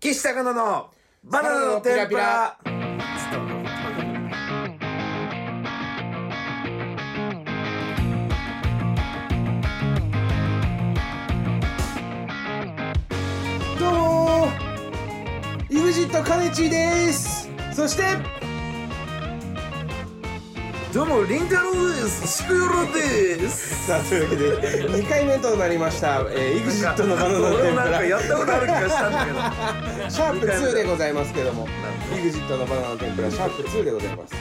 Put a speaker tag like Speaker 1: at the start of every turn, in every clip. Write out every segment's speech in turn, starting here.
Speaker 1: 岸高野のバナナの天ぷら
Speaker 2: どうもイグジットカネチーですそして
Speaker 1: どうもりんたろうですしくよろです
Speaker 2: さあというわけで 2回目となりました、えー、イグジットのバナナの
Speaker 1: 俺
Speaker 2: 天
Speaker 1: もなんか
Speaker 2: ぷ
Speaker 1: やったことある気がしたんだけど
Speaker 2: らシャープ2でございますけども
Speaker 1: なん
Speaker 2: イグジットのバナナの天ぷらシャープ2でございます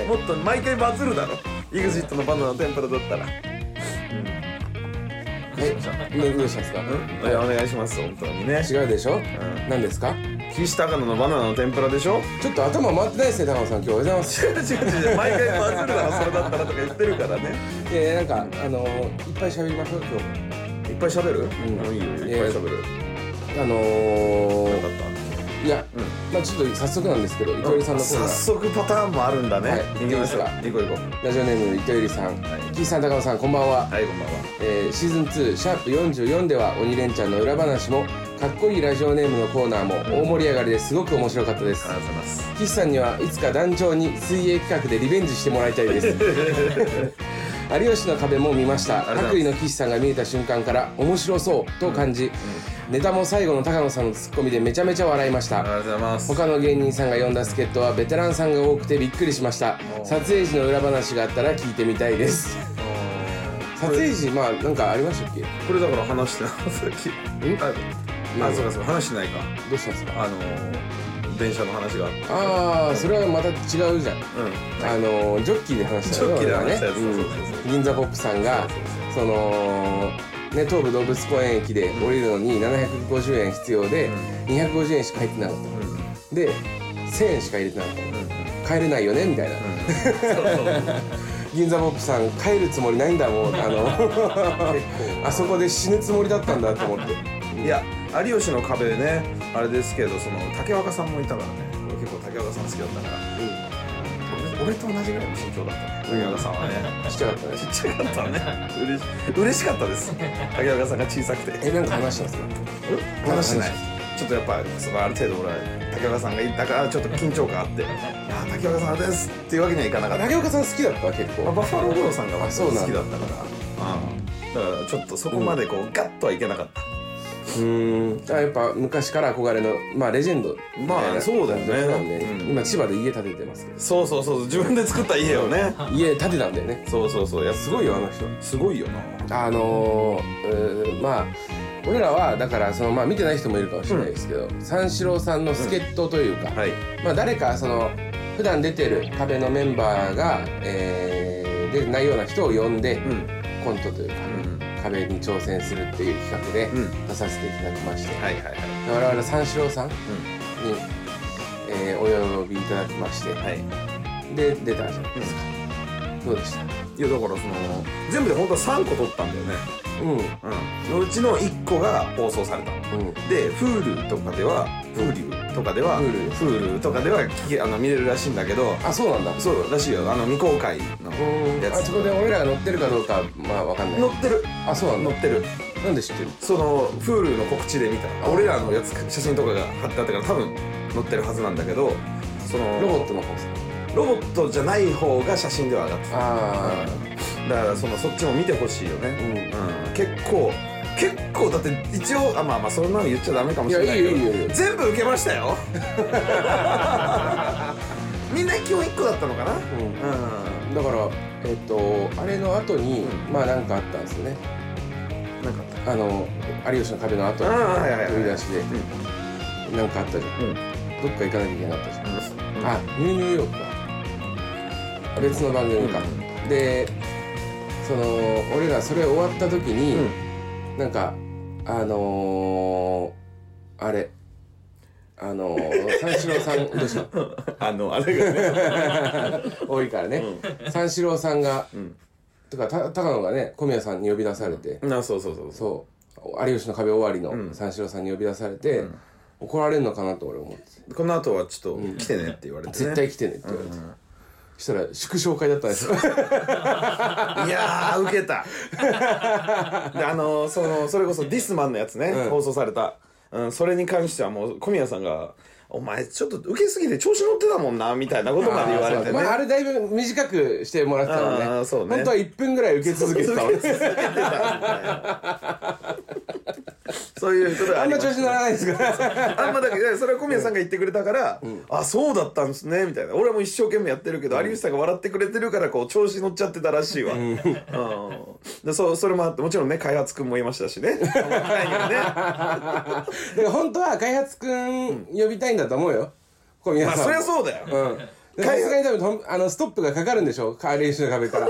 Speaker 2: は
Speaker 1: もっと毎回バズるだろ EXIT のバナナの天ぷらだったら
Speaker 2: い、はい、どどうしたんですか
Speaker 1: いやお願いします本当にね
Speaker 2: 違うでしょ、
Speaker 1: ん
Speaker 2: 何ですか
Speaker 1: 岸高野のバナナの天ぷらでしょ
Speaker 2: ちょっと頭回ってないですね高野さん今日おはようございま す
Speaker 1: 違う違う違う毎回バズるだろそれだったらとか言ってるからね
Speaker 2: いやいやなんかあのーいっぱい喋りましょう今日
Speaker 1: いっぱい喋る
Speaker 2: ん
Speaker 1: うんいいよいっぱい喋るよ
Speaker 2: あの
Speaker 1: か
Speaker 2: ー、
Speaker 1: っ
Speaker 2: いや、
Speaker 1: うん
Speaker 2: まあちょっと早速なんですけど糸り
Speaker 1: た
Speaker 2: さんのコーナ
Speaker 1: 早
Speaker 2: ー
Speaker 1: 速パターンもあるんだね
Speaker 2: はい
Speaker 1: 行きましょう
Speaker 2: い
Speaker 1: 行こう行こ
Speaker 2: ラジオネーム糸りさん、
Speaker 1: はい
Speaker 2: 岸さん高野さんこんばんは
Speaker 1: うはいこんばんは
Speaker 2: えーシーズン2シャープ44では鬼レンチャンの裏話もかっこいいラジオネームのコーナーも大盛り上がりですごく面白かったです
Speaker 1: ありがとうございます
Speaker 2: 岸さんにはいつか団長に水泳企画でリベンジしてもらいたいです 有吉の壁も見ました
Speaker 1: ありがとうござ
Speaker 2: 白
Speaker 1: いま
Speaker 2: 衣の岸さんが見えた瞬間から面白そうと感じ、ネタも最後の高野さんのツッコミでめちゃめちゃ笑いまし
Speaker 1: あ
Speaker 2: た
Speaker 1: りがとうございます
Speaker 2: 他の芸人さんが呼んだ助っ人はベテランさんが多くてびっくりしました
Speaker 1: お
Speaker 2: 撮影時の裏話があったら聞いてみたいです 撮影時まあなんかありましたっけ
Speaker 1: これだから話してなかったさっきああそうかそうか話してないか
Speaker 2: どうしたんですか
Speaker 1: あのー電車の話があって
Speaker 2: ああそれはまた違うじゃん
Speaker 1: うん
Speaker 2: あのジョッキーで話したよ
Speaker 1: ジョッキーで話したやつ
Speaker 2: 俺ら
Speaker 1: そ
Speaker 2: ね
Speaker 1: うそうそう
Speaker 2: 銀座ポップさんが
Speaker 1: そうそう
Speaker 2: そのね東武動物公園駅で降りるのに750円必要で250円しか入ってなかっ
Speaker 1: うんうん
Speaker 2: たで1000円しか入れてなかっ
Speaker 1: うん
Speaker 2: た帰れないよねみたいな 銀座ポップさん帰るつもりないんだもん あのあそこで死ぬつもりだったんだと思って
Speaker 1: いや有吉の壁ねあれですけどその竹若さんもいたからね俺結構竹若さん好きだったから俺俺と同じぐらいの身長だったね竹若さんはね
Speaker 2: ちっちゃかった ね
Speaker 1: ちっちゃかったね嬉し嬉しかった です竹若さんが小さくて
Speaker 2: えなんか話したんですか
Speaker 1: 話してないちょっとやっぱそのある程度俺は竹若さんがいたからちょっと緊張感あ って「あ竹若さんです」っていうわけにはいかなかった
Speaker 2: 竹岡さん好きだった結構
Speaker 1: まあ、バッファロー五郎さんが
Speaker 2: あ
Speaker 1: 割と
Speaker 2: そ
Speaker 1: 好
Speaker 2: うなんだ
Speaker 1: きだったからうんだからちょっとそこまでこう、ガッとはいけなかった
Speaker 2: うーんあやっぱ昔から憧れのまあレジェンドみたいな
Speaker 1: まあそうだよね
Speaker 2: なんで、
Speaker 1: うん
Speaker 2: 今千葉で家建ててますけど
Speaker 1: そうそうそう自分で作った家をね
Speaker 2: 家建てたんだよね
Speaker 1: そうそうそういや
Speaker 2: すごいよあの人
Speaker 1: すごいよな
Speaker 2: あのーうーまあ俺らはだからそのまあ見てない人もいるかもしれないですけど、三四郎さんの助っ人というか、
Speaker 1: はい
Speaker 2: まあ誰かその普段出てる壁のメンバーが、えー、出てないような人を呼んで、
Speaker 1: うん
Speaker 2: コントというか、
Speaker 1: うん
Speaker 2: 壁に挑戦するっていう企画で
Speaker 1: うん
Speaker 2: 出させていただきまして、
Speaker 1: はいはいはい
Speaker 2: 我々三四郎さん
Speaker 1: う
Speaker 2: に、えーお呼びいただきまして、
Speaker 1: んはい
Speaker 2: で出たじゃないですか、どうでした
Speaker 1: いやだからその全部で本当は3個取ったんだよね
Speaker 2: うんうん
Speaker 1: うんのうちの1個が放送されたので Hulu とかでは Hulu とかでは
Speaker 2: Hulu
Speaker 1: Hulu とかでは聞けあの見れるらしいんだけど
Speaker 2: あそうなんだ
Speaker 1: そうらしいよあの未公開の
Speaker 2: うん
Speaker 1: や
Speaker 2: あ
Speaker 1: つ
Speaker 2: そこで俺らが乗ってるかどうかまあわかんない
Speaker 1: 載ってる
Speaker 2: あそうなんだ
Speaker 1: 載ってる
Speaker 2: なんで知ってる
Speaker 1: その Hulu の告知で見た俺らのやつ写真とかが貼ってあったから多分載ってるはずなんだけどその
Speaker 2: ロボットの方さ
Speaker 1: ロボットじゃない方が写真では上がってた
Speaker 2: あ
Speaker 1: だからそのそっちも見てほしいよ
Speaker 2: あう
Speaker 1: ね、
Speaker 2: ん
Speaker 1: うん、結構結構だって一応あまあまあそんなの言っちゃダメかもしれないけど
Speaker 2: いやいいよいいよいいよ
Speaker 1: 全部受けました よみんな基本1個だったのかな
Speaker 2: うん
Speaker 1: う
Speaker 2: だからえっ、とあれの後に、
Speaker 1: う
Speaker 2: まあなんかあったんですよね
Speaker 1: んなんかあっ
Speaker 2: あの有吉の壁の後
Speaker 1: ああはいはいはい
Speaker 2: 飛び出しでなんかあったじゃ
Speaker 1: たうんうん
Speaker 2: んどっか行かなきゃいけなかったじゃんあニューニューヨークか別の番組か、でその俺らそれ終わった時に、なんかあのー、あれあの ー、三四郎さんどうした
Speaker 1: あのあれがね
Speaker 2: 多いからね、三四郎さんが、
Speaker 1: ん
Speaker 2: とかた高野がね小宮さんに呼び出されて、
Speaker 1: なそうそうそうそう
Speaker 2: そう「有吉の壁終わり」
Speaker 1: う
Speaker 2: の
Speaker 1: ん
Speaker 2: 三四郎さんに呼び出されて、怒られるのかなと俺思ってて
Speaker 1: この後はちょっと来てねって言われて、ね、
Speaker 2: 絶対来てねって言われて、そしたら祝勝会だったんですよ
Speaker 1: いやー、 受けた。で、あのーその、それこそディスマンのやつね、放送された。うん、それに関してはもう小宮さんが「お前ちょっと受けすぎて調子乗ってたもんな」みたいなことまで言われてね。
Speaker 2: まあ、あれだいぶ短くしてもらってたもんね
Speaker 1: あーそうね
Speaker 2: 本当は1分ぐらい受け続けてたもんね
Speaker 1: 受け続けてたみたいなそういうことが
Speaker 2: あ
Speaker 1: あ
Speaker 2: ん
Speaker 1: り
Speaker 2: ま
Speaker 1: ま
Speaker 2: 調
Speaker 1: し
Speaker 2: 子乗らないですから
Speaker 1: たあんまだけどそれは小宮さんが言ってくれたから、あそうだったんですねみたいな俺はもう一生懸命やってるけど、有吉さんが笑ってくれてるからこう調子乗っちゃってたらしいわ、うんでそうそれもあってもちろんね開発君もいましたしねその回にはね
Speaker 2: だから本当は開発くん呼びたいんだと思うよ小 宮
Speaker 1: ま
Speaker 2: さ
Speaker 1: あ
Speaker 2: ん
Speaker 1: そりゃ
Speaker 2: う
Speaker 1: そうだよ、
Speaker 2: うんでさすがに多分とんあのストップがかかるんでしょか練習の壁から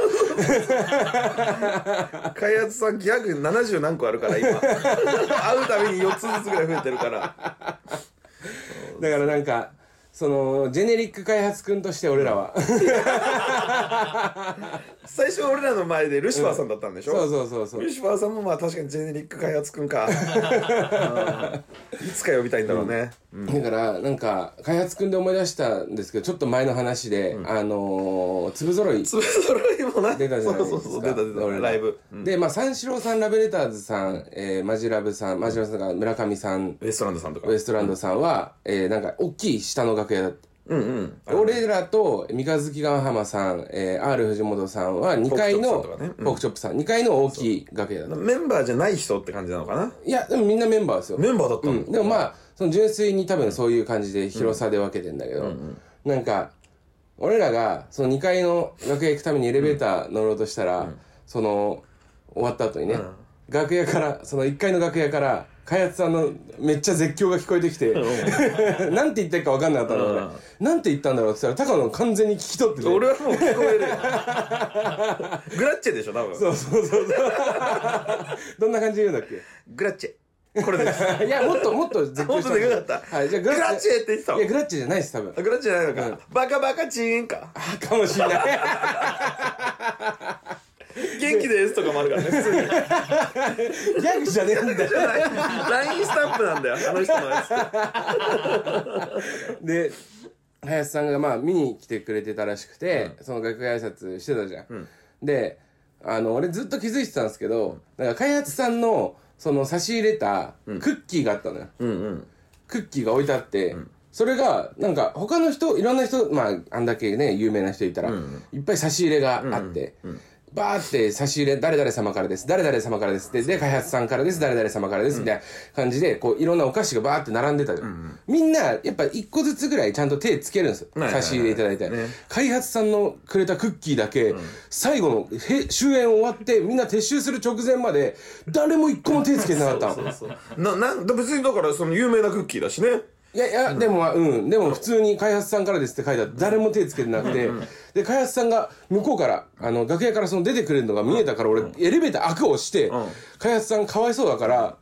Speaker 1: 開発さんギャグ70何個あるから 今会うたびに4つずつぐらい増えてるから
Speaker 2: だからなんかそのジェネリック開発くんとして俺らは
Speaker 1: 最初俺らの前でルシファーさんだったんでしょ、
Speaker 2: そうそうそうそう
Speaker 1: ルシファーさんもまあ確かにジェネリック開発くん かうんいつか呼びたいんだろうね、
Speaker 2: だからなんか開発くんで思い出したんですけどちょっと前の話で、あのー、粒ぞろい
Speaker 1: 粒ぞろいもな
Speaker 2: 出たじゃないです
Speaker 1: そう
Speaker 2: か
Speaker 1: そうそう出た出た
Speaker 2: 俺ら
Speaker 1: ライブ、
Speaker 2: でまあ三四郎さんラベレターズさん、えーマジラブさんマジラブさんが村上さん
Speaker 1: ウエストランドさんとか
Speaker 2: ウエストランドさんは、えーなんか大きい下の楽屋だった
Speaker 1: うんうん
Speaker 2: 俺らと三日月ヶ浜さん、えー、R 藤本さんは2階の
Speaker 1: ポークチョップさんとかねうん
Speaker 2: ポークチョップさん,、二2階の大きい楽屋だった
Speaker 1: メンバーじゃない人って感じなのかない
Speaker 2: やでもみんなメンバーですよ、
Speaker 1: メンバーだった
Speaker 2: う
Speaker 1: の、
Speaker 2: ん、でもまあその純粋に多分そういう感じで広さで分けてんだけど、なんか俺らがその2階の楽屋行くためにエレベーター乗ろうとしたら、その終わった後にね、楽屋からその1階の楽屋から開発さんのめっちゃ絶叫が聞こえてきて なんて言ってるか分かんなかったの俺、なんて言ったんだろうって言ったら高野が完全に聞き取ってて
Speaker 1: 俺はもう聞こ えるよグラッチェでしょ多分
Speaker 2: そうそうそう そうどんな感じで言うんだっけ
Speaker 1: グラッチェこれ です
Speaker 2: いやもっともっと絶
Speaker 1: も
Speaker 2: 叫
Speaker 1: っ
Speaker 2: した
Speaker 1: とでかかった、
Speaker 2: はいじゃあ
Speaker 1: グ
Speaker 2: グ
Speaker 1: ラ
Speaker 2: ラ
Speaker 1: ッチェって言ってた
Speaker 2: い
Speaker 1: もん
Speaker 2: やグラッチじゃないです多分
Speaker 1: あグラッチェじゃないのか、バカバカチーンか
Speaker 2: かもしれない
Speaker 1: 元気ですとかもあるから ね普通に
Speaker 2: ギャグじゃねえんだよ
Speaker 1: じゃない LINE スタンプなんだよあの人のやつ
Speaker 2: で林さんがまあ見に来てくれてたらしくて、その楽屋挨拶してたじゃん、であの俺ずっと気づいてたんですけどなんか開発さんのその差し入れたクッキーがあったのよ、
Speaker 1: うんうん
Speaker 2: クッキーが置いてあって、それがなんか他の人いろんな人まああんだけね有名な人いたら、いっぱい差し入れがあって、バーって差し入れ誰々様からです誰々様からですでで開発さんからです誰々様からですみたいな感じでこういろんなお菓子がバーって並んでたじゃん、みんなやっぱ一個ずつぐらいちゃんと手つけるんですよ、
Speaker 1: いはいはい
Speaker 2: 差し入れいただいて、
Speaker 1: ね
Speaker 2: 開発さんのくれたクッキーだけ、最後のへ終演終わってみんな撤収する直前まで誰も一個も手つけてなかったの。
Speaker 1: ななんだ別にだからその有名なクッキーだしね
Speaker 2: いやいや、でもまあうんでも普通に開発さんからですって書いてあって誰も手つけてなくてで開発さんが向こうからあの楽屋からその出てくれるのが見えたから俺エレベーター開くを押して開発さんかわいそうだから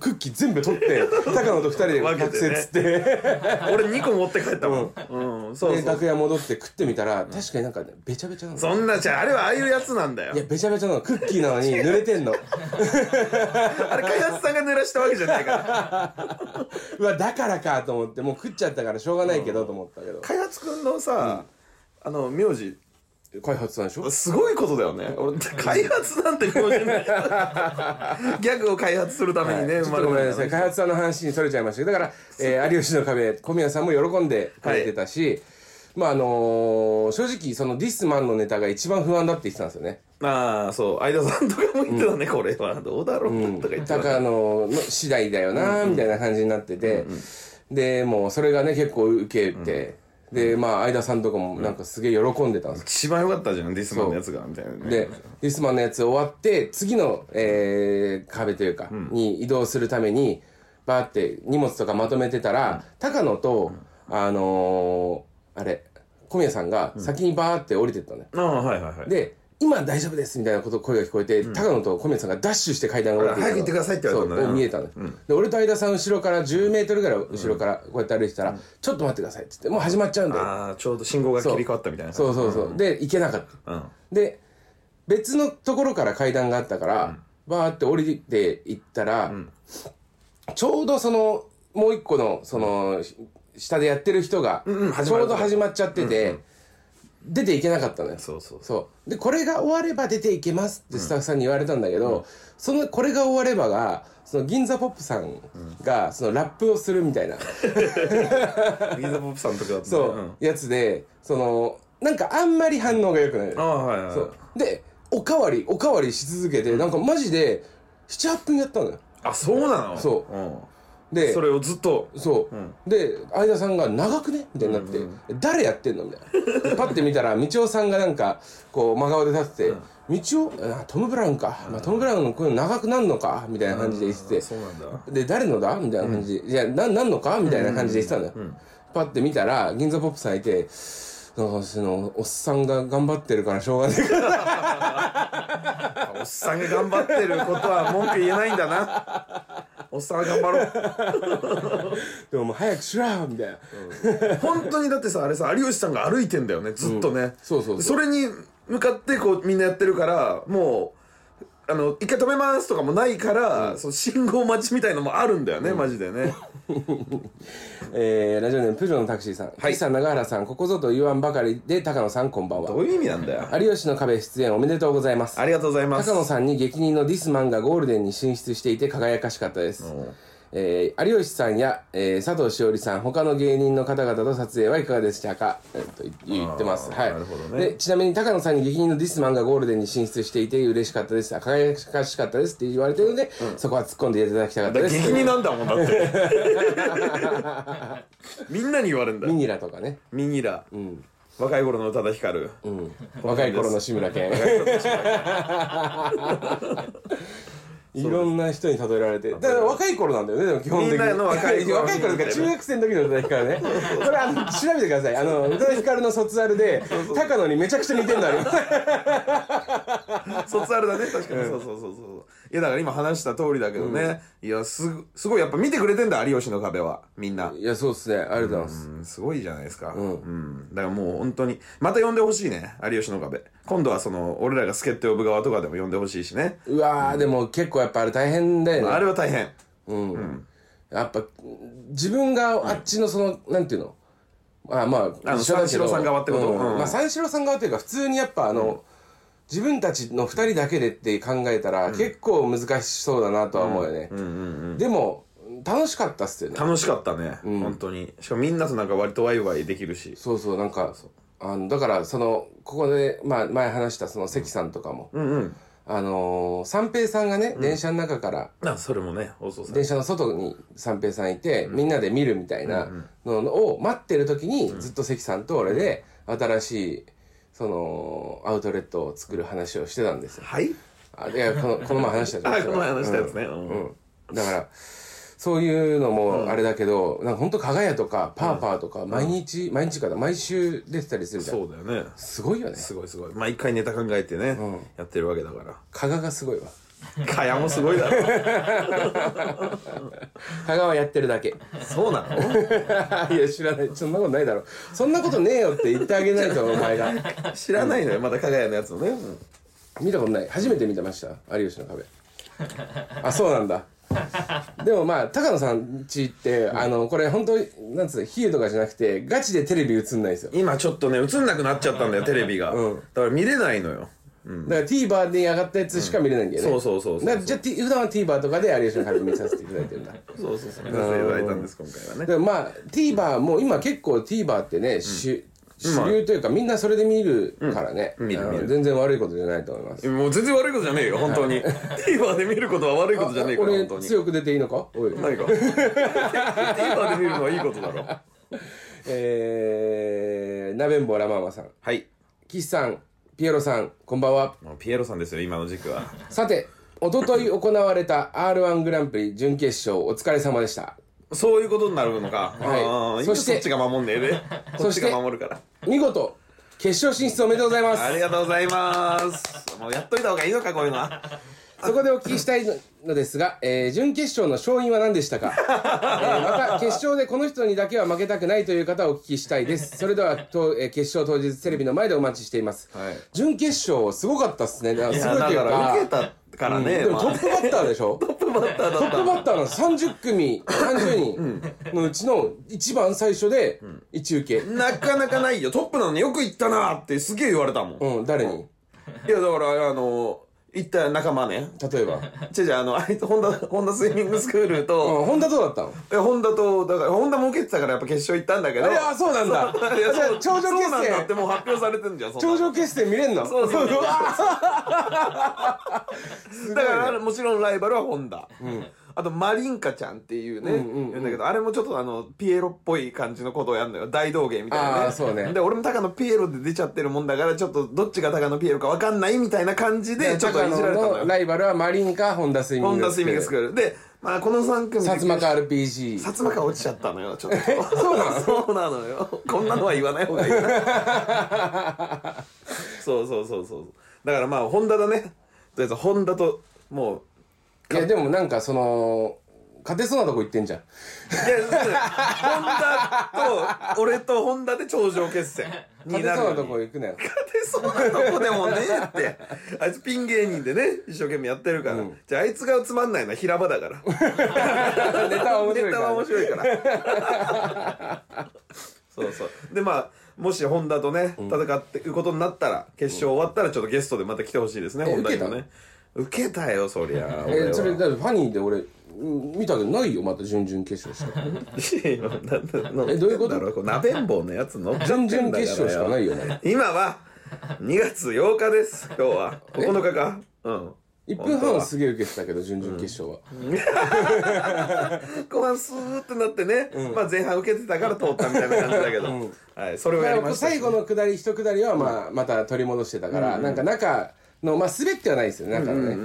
Speaker 2: クッキー全部取って高野と二人で
Speaker 1: 分け
Speaker 2: 学
Speaker 1: てね
Speaker 2: 生っつって
Speaker 1: 俺2個持って帰ったもんうん、そう
Speaker 2: で
Speaker 1: そう
Speaker 2: 楽屋戻って食ってみたら確かになんかねべちゃべちゃなの
Speaker 1: そんなじゃああれはああいうやつなんだよ
Speaker 2: いやべちゃべちゃなのクッキーなのに濡れてんの
Speaker 1: あれ開発さんが濡らしたわけじゃない から
Speaker 2: うわだからかと思ってもう食っちゃったからしょうがないけどと思ったけど
Speaker 1: 開発くんのさ、あの名字
Speaker 2: 開発さんでしょ
Speaker 1: すごいことだよね俺開発なんて名字 ないギャグを開発するためにね、
Speaker 2: はいちょっとごめんな
Speaker 1: 生ま
Speaker 2: さい
Speaker 1: れた
Speaker 2: 開発さんの話にそれちゃいましたけどだから、えー有吉の壁小宮さんも喜んでくれてたし、まああのー正直そのディスマンのネタが一番不安だって言ってたんですよね
Speaker 1: ああそう相田さんとかも言ってたね、これはどうだろう、とか言ってた、
Speaker 2: 高野の次第だよなみたいな感じになってて、でもうそれがね結構受けて、でまあ相田さんとかもなんかすげえ喜んでたんです
Speaker 1: 一番良かったじゃんディスマンのやつがみたいなね
Speaker 2: で、ディスマンのやつ終わって、次の、えー壁というか、に移動するために、バーって荷物とかまとめてたら、高野と、あのーあれ、小宮さんが先にバーって降りてったのね。
Speaker 1: ああはいはいはい
Speaker 2: で、今大丈夫ですみたいなこと声が聞こえて、高野と小宮さんがダッシュして階段を降りて
Speaker 1: あ早く行ってくださいって言われたんだね
Speaker 2: そう見えたの、で、俺と相田さん後ろから10メートルぐらい後ろからこうやって歩いてたら、ちょっと待ってくださいって言って、もう始まっちゃうんだよ。
Speaker 1: ああちょうど信号が切り替わったみたいな
Speaker 2: そうそうそう。で、行けなかった。
Speaker 1: うん
Speaker 2: で別のところから階段があったから、バーって降りていったら、ちょうどそのもう一個のその、下でやってる人が、
Speaker 1: んうん
Speaker 2: ちょうど始まっちゃってて、出ていけなかったのよ
Speaker 1: そうそうそう
Speaker 2: そうでこれが終われば出ていけますってスタッフさんに言われたんだけど、そのこれが終わればがその銀座ポップさんがそのラップをするみたいな、
Speaker 1: ギザポップさんとかだったね
Speaker 2: そう、
Speaker 1: ん
Speaker 2: やつでそのなんかあんまり反応が良くない
Speaker 1: ああはいはい
Speaker 2: そうでおかわりおかわりし続けて、なんかマジで78分やったのよ
Speaker 1: あそうなの、
Speaker 2: そう
Speaker 1: ん、
Speaker 2: で
Speaker 1: それをずっと
Speaker 2: そう、
Speaker 1: うん
Speaker 2: で相田さんが「長くね?」みたいになって「誰やってんの?」みたいなでパッて見たら道夫さんがなんかこう真顔で立ってて「道夫あトム・ブラウンか、まあ、トム・ブラウンのこういうの長くなんのか」みたいな感じで言ってて、
Speaker 1: そうなんだ
Speaker 2: で誰のだみたいな感じで「いやななんのか?」みたいな感じで言ってたんだよ、パッて見たら銀座ポップさんいてなんかそのおっさんが頑張ってるからしょうがないから
Speaker 1: おっさんが頑張ってることは文句言えないんだなおっさんは頑張ろう
Speaker 2: でももう早くしろよみたいな、
Speaker 1: 本当にだってさあれさ有吉さんが歩いてんだよねずっとね、
Speaker 2: そうそうそ
Speaker 1: そ
Speaker 2: う
Speaker 1: れに向かってこうみんなやってるからもうあの一回止めますとかもないから、その信号待ちみたいのもあるんだよね、マジでね
Speaker 2: えーラジオネームプジョーのタクシーさん、岸さん永原さんここぞと言わんばかりで高野さんこんばんは
Speaker 1: どういう意味なんだよ
Speaker 2: 有吉の壁出演おめでとうございます
Speaker 1: ありがとうございます
Speaker 2: 高野さんに激人のディスマンがゴールデンに進出していて輝かしかったです、
Speaker 1: うん
Speaker 2: えー有吉さんや、えー佐藤栞里さん他の芸人の方々と撮影はいかがでしたか、えーと言言ってます
Speaker 1: あー
Speaker 2: はい
Speaker 1: なるほどね
Speaker 2: でちなみに高野さんに激人のディスマンがゴールデンに進出していて嬉しかったですあ輝かしかったですって言われてるので、そこは突っ込んでいただきたかった
Speaker 1: だ
Speaker 2: で
Speaker 1: 激
Speaker 2: す
Speaker 1: 似なんだもんだって みんなに言われるんだ
Speaker 2: ミ
Speaker 1: よ
Speaker 2: ニラとかね、
Speaker 1: ミニラ、
Speaker 2: うん
Speaker 1: 若い頃の宇多田ヒカル、
Speaker 2: うん、 若い頃の志村 けんいろんな人に例えられてだから若い頃なんだよねでも基本的に
Speaker 1: みんなの若い頃
Speaker 2: 若い頃とか中学生の時の宇多田ヒカル ねこれあの調べてくださいあの宇多田ヒカルの卒アルで高野にめちゃくちゃ似てるんだ よ
Speaker 1: 卒アルだね確かに、そうそうそうそういやだから今話した通りだけどね、いやすごすごいやっぱ見てくれてんだ有吉の壁はみんない
Speaker 2: やそうっすねありがとうございます
Speaker 1: うんすごいじゃないですかうんん、だからもう本当にまた呼んでほしいね有吉の壁今度はその俺らが助っ人呼ぶ側とかでも呼んでほしいしね、
Speaker 2: うわーでも結構やっぱあれ大変だよね
Speaker 1: あれは大変
Speaker 2: うんやっぱ自分があっちのその、なんていうのあまあ
Speaker 1: あの
Speaker 2: 一緒だけど
Speaker 1: 三四郎さん側ってこと
Speaker 2: うん
Speaker 1: うん
Speaker 2: まあ、三四郎さん側というか普通にやっぱあの、自分たちの二人だけでって考えたら、結構難しそうだなとは思うよね、でも楽しかったっすよね
Speaker 1: 楽しかったね、本当にしかもみんなとなんか割とワイワイできるし
Speaker 2: そうそうなんかあのだからそのここで、まあ、前話したその関さんとかも、
Speaker 1: うんうん
Speaker 2: あのー三平さんがね、電車の中から
Speaker 1: なそれもね放送され
Speaker 2: 電車の外に三平さんいて、みんなで見るみたいなのを待ってる時に、ずっと関さんと俺で新しいそのアウトレットを作る話をしてたんですよ。
Speaker 1: はい
Speaker 2: あいやこの この前話したじゃん
Speaker 1: あ
Speaker 2: そ
Speaker 1: こ
Speaker 2: れ
Speaker 1: の前話したやつね、うん
Speaker 2: うんうんだからそういうのもあれだけど、なんか本当加賀屋とかパーパーとか毎日、毎日かな毎週出てたりするじゃん
Speaker 1: そうだよね
Speaker 2: すごいよね
Speaker 1: すごいすごい毎回ネタ考えてね、やってるわけだから
Speaker 2: 加賀がすごいわ
Speaker 1: 蚊帳もすごいだろ
Speaker 2: 加賀はやってるだけ
Speaker 1: そうなの
Speaker 2: いや知らないそんなことないだろそんなことねえよって言ってあげないとお前が
Speaker 1: 知らないのよまだ加賀屋のやつのね、うん
Speaker 2: 見たことない初めて見てました有吉の壁あそうなんだでもまあ高野さんちって、あのこれ本当なんつうの比喩とかじゃなくてガチでテレビ映んないんですよ
Speaker 1: 今ちょっとね映んなくなっちゃったんだよテレビが、
Speaker 2: うん
Speaker 1: だから見れないのよ
Speaker 2: だから TVer で上がったやつしか見れないんだよね、
Speaker 1: そうそうそうそう
Speaker 2: だからじゃあ T- 普段は TVer とかで有吉の壁見させていただいてるんだ
Speaker 1: そうそうそう見させていただいたんです今回はね
Speaker 2: でもまあ TVer もう今結構 TVer ってね、主主流というかみんなそれで見るからね、
Speaker 1: 見る
Speaker 2: あの
Speaker 1: 見る
Speaker 2: 全然悪いことじゃないと思います
Speaker 1: もう全然悪いことじゃねえよ本当に TVer で見ることは悪いことじゃねえから
Speaker 2: 俺
Speaker 1: 本当に
Speaker 2: 強く出ていいのかおい
Speaker 1: 何 か TVer で見るのはいいことだろ
Speaker 2: えー、なべんぼうらまんまさん
Speaker 1: はい
Speaker 2: 岸さんピエロさんこんばんは
Speaker 1: もうピエロさんですよ今の時期は
Speaker 2: さて一昨日行われた r 1グランプリ準決勝お疲れ様でした
Speaker 1: そういうことになるのか、
Speaker 2: はい
Speaker 1: ああいいよ
Speaker 2: そして
Speaker 1: そっちが守んねえでこ
Speaker 2: そ
Speaker 1: っ
Speaker 2: して
Speaker 1: ちが守るから
Speaker 2: 見事決勝進出おめでとうございま
Speaker 1: あ
Speaker 2: す
Speaker 1: りがとうございますもうやっといた方がいいのかこういうのは
Speaker 2: そこでお聞きしたいのですが、えー準決勝の勝因は何でしたか、 えーまた決勝でこの人にだけは負けたくないという方をお聞きしたいですそれではと、えー決勝当日テレビの前でお待ちしています、
Speaker 1: はい
Speaker 2: 準決勝すごかったっすねだから
Speaker 1: い
Speaker 2: す
Speaker 1: や
Speaker 2: ごいと
Speaker 1: だ
Speaker 2: いう
Speaker 1: か
Speaker 2: から
Speaker 1: 受けたからね、
Speaker 2: でも
Speaker 1: まあ
Speaker 2: トップバッターでしょトッ
Speaker 1: トップバッターだった
Speaker 2: プバッターの30組30人のうちの一番最初で一受け、
Speaker 1: なかなかないよトップなのによく行ったなってすげえ言われたもん、い
Speaker 2: うん、誰に
Speaker 1: やだからあの行った仲間ね
Speaker 2: 例えば、
Speaker 1: 違う違うあのあいつホンダホンダスイミングスクールと、
Speaker 2: うん、本田どうだったの
Speaker 1: えホンダとだからホンダも受けてたからやっぱ決勝行ったんだけど
Speaker 2: あいやそうなんだ
Speaker 1: いやそう
Speaker 2: 頂上決戦
Speaker 1: そうなんだってもう発表されてんじゃんそんな
Speaker 2: 頂
Speaker 1: の
Speaker 2: 上決戦見れんの
Speaker 1: そう そうそう
Speaker 2: わー
Speaker 1: だからもちろんライバルはホンダ、あとマリンカちゃんっていうね、
Speaker 2: うんうんうん
Speaker 1: 言うんだけどあれもちょっとあのピエロっぽい感じのことをやるのよ大道芸みたい
Speaker 2: あ
Speaker 1: な
Speaker 2: ーそうね
Speaker 1: で俺も高野ピエロで出ちゃってるもんだからちょっとどっちが高野ピエロか分かんないみたいな感じでちょっといじられたの
Speaker 2: 高野
Speaker 1: よ
Speaker 2: ライバルはマリンかホンダスイミング
Speaker 1: ホンダスイミングスクールで、まあ、この3組で
Speaker 2: 薩摩か RPG
Speaker 1: 薩摩川落ちちゃったのよちょっとそうなのそうなのよこんなのは言わない方がいいな そうそうそうそうだからまあホンダだねとりあえずホンダともう
Speaker 2: いやでもなんかその勝てそうなとこ行ってんじゃん
Speaker 1: いや、そうですホンダと、俺とホンダで頂上決戦に
Speaker 2: 勝
Speaker 1: な
Speaker 2: て
Speaker 1: るの
Speaker 2: そうな
Speaker 1: に。
Speaker 2: とこ行 くなよ
Speaker 1: 勝てそうなとこでもねえって。あいつピン芸人でね、一生懸命やってるから。
Speaker 2: うん
Speaker 1: じゃああいつがつまんないのは平場だから。
Speaker 2: ネタは面白
Speaker 1: ネ
Speaker 2: いか
Speaker 1: タ
Speaker 2: ら
Speaker 1: は
Speaker 2: ね
Speaker 1: 面白いから。 そうそう。で、まあ、もしホンダとね、戦っていくことになったら、決勝終わったらちょっとゲストでまた来てほしいですね、
Speaker 2: え
Speaker 1: ホンダにもね。受けたよ、そりゃ。
Speaker 2: え
Speaker 1: 俺は
Speaker 2: それだってファニーで俺うん見たけどないよまた準々決勝し か
Speaker 1: いやなな
Speaker 2: えどういうこと
Speaker 1: なんだろこ鍋んぼうのやつ乗っちゃってん
Speaker 2: 準
Speaker 1: だから
Speaker 2: 々決勝しかないよね
Speaker 1: 今は2月8日です今日は9日かうん
Speaker 2: 1分
Speaker 1: 本当
Speaker 2: 半
Speaker 1: は
Speaker 2: すげえ受けてたけど準々決勝は、
Speaker 1: 後半スーってなってね、まあ前半受けてたから通ったみたいな感じだけど、はい、それをやりました
Speaker 2: 最後の下り一下りは、まあ、また取り戻してたから、なんか中の、まあ、滑ってはないですよね中のね、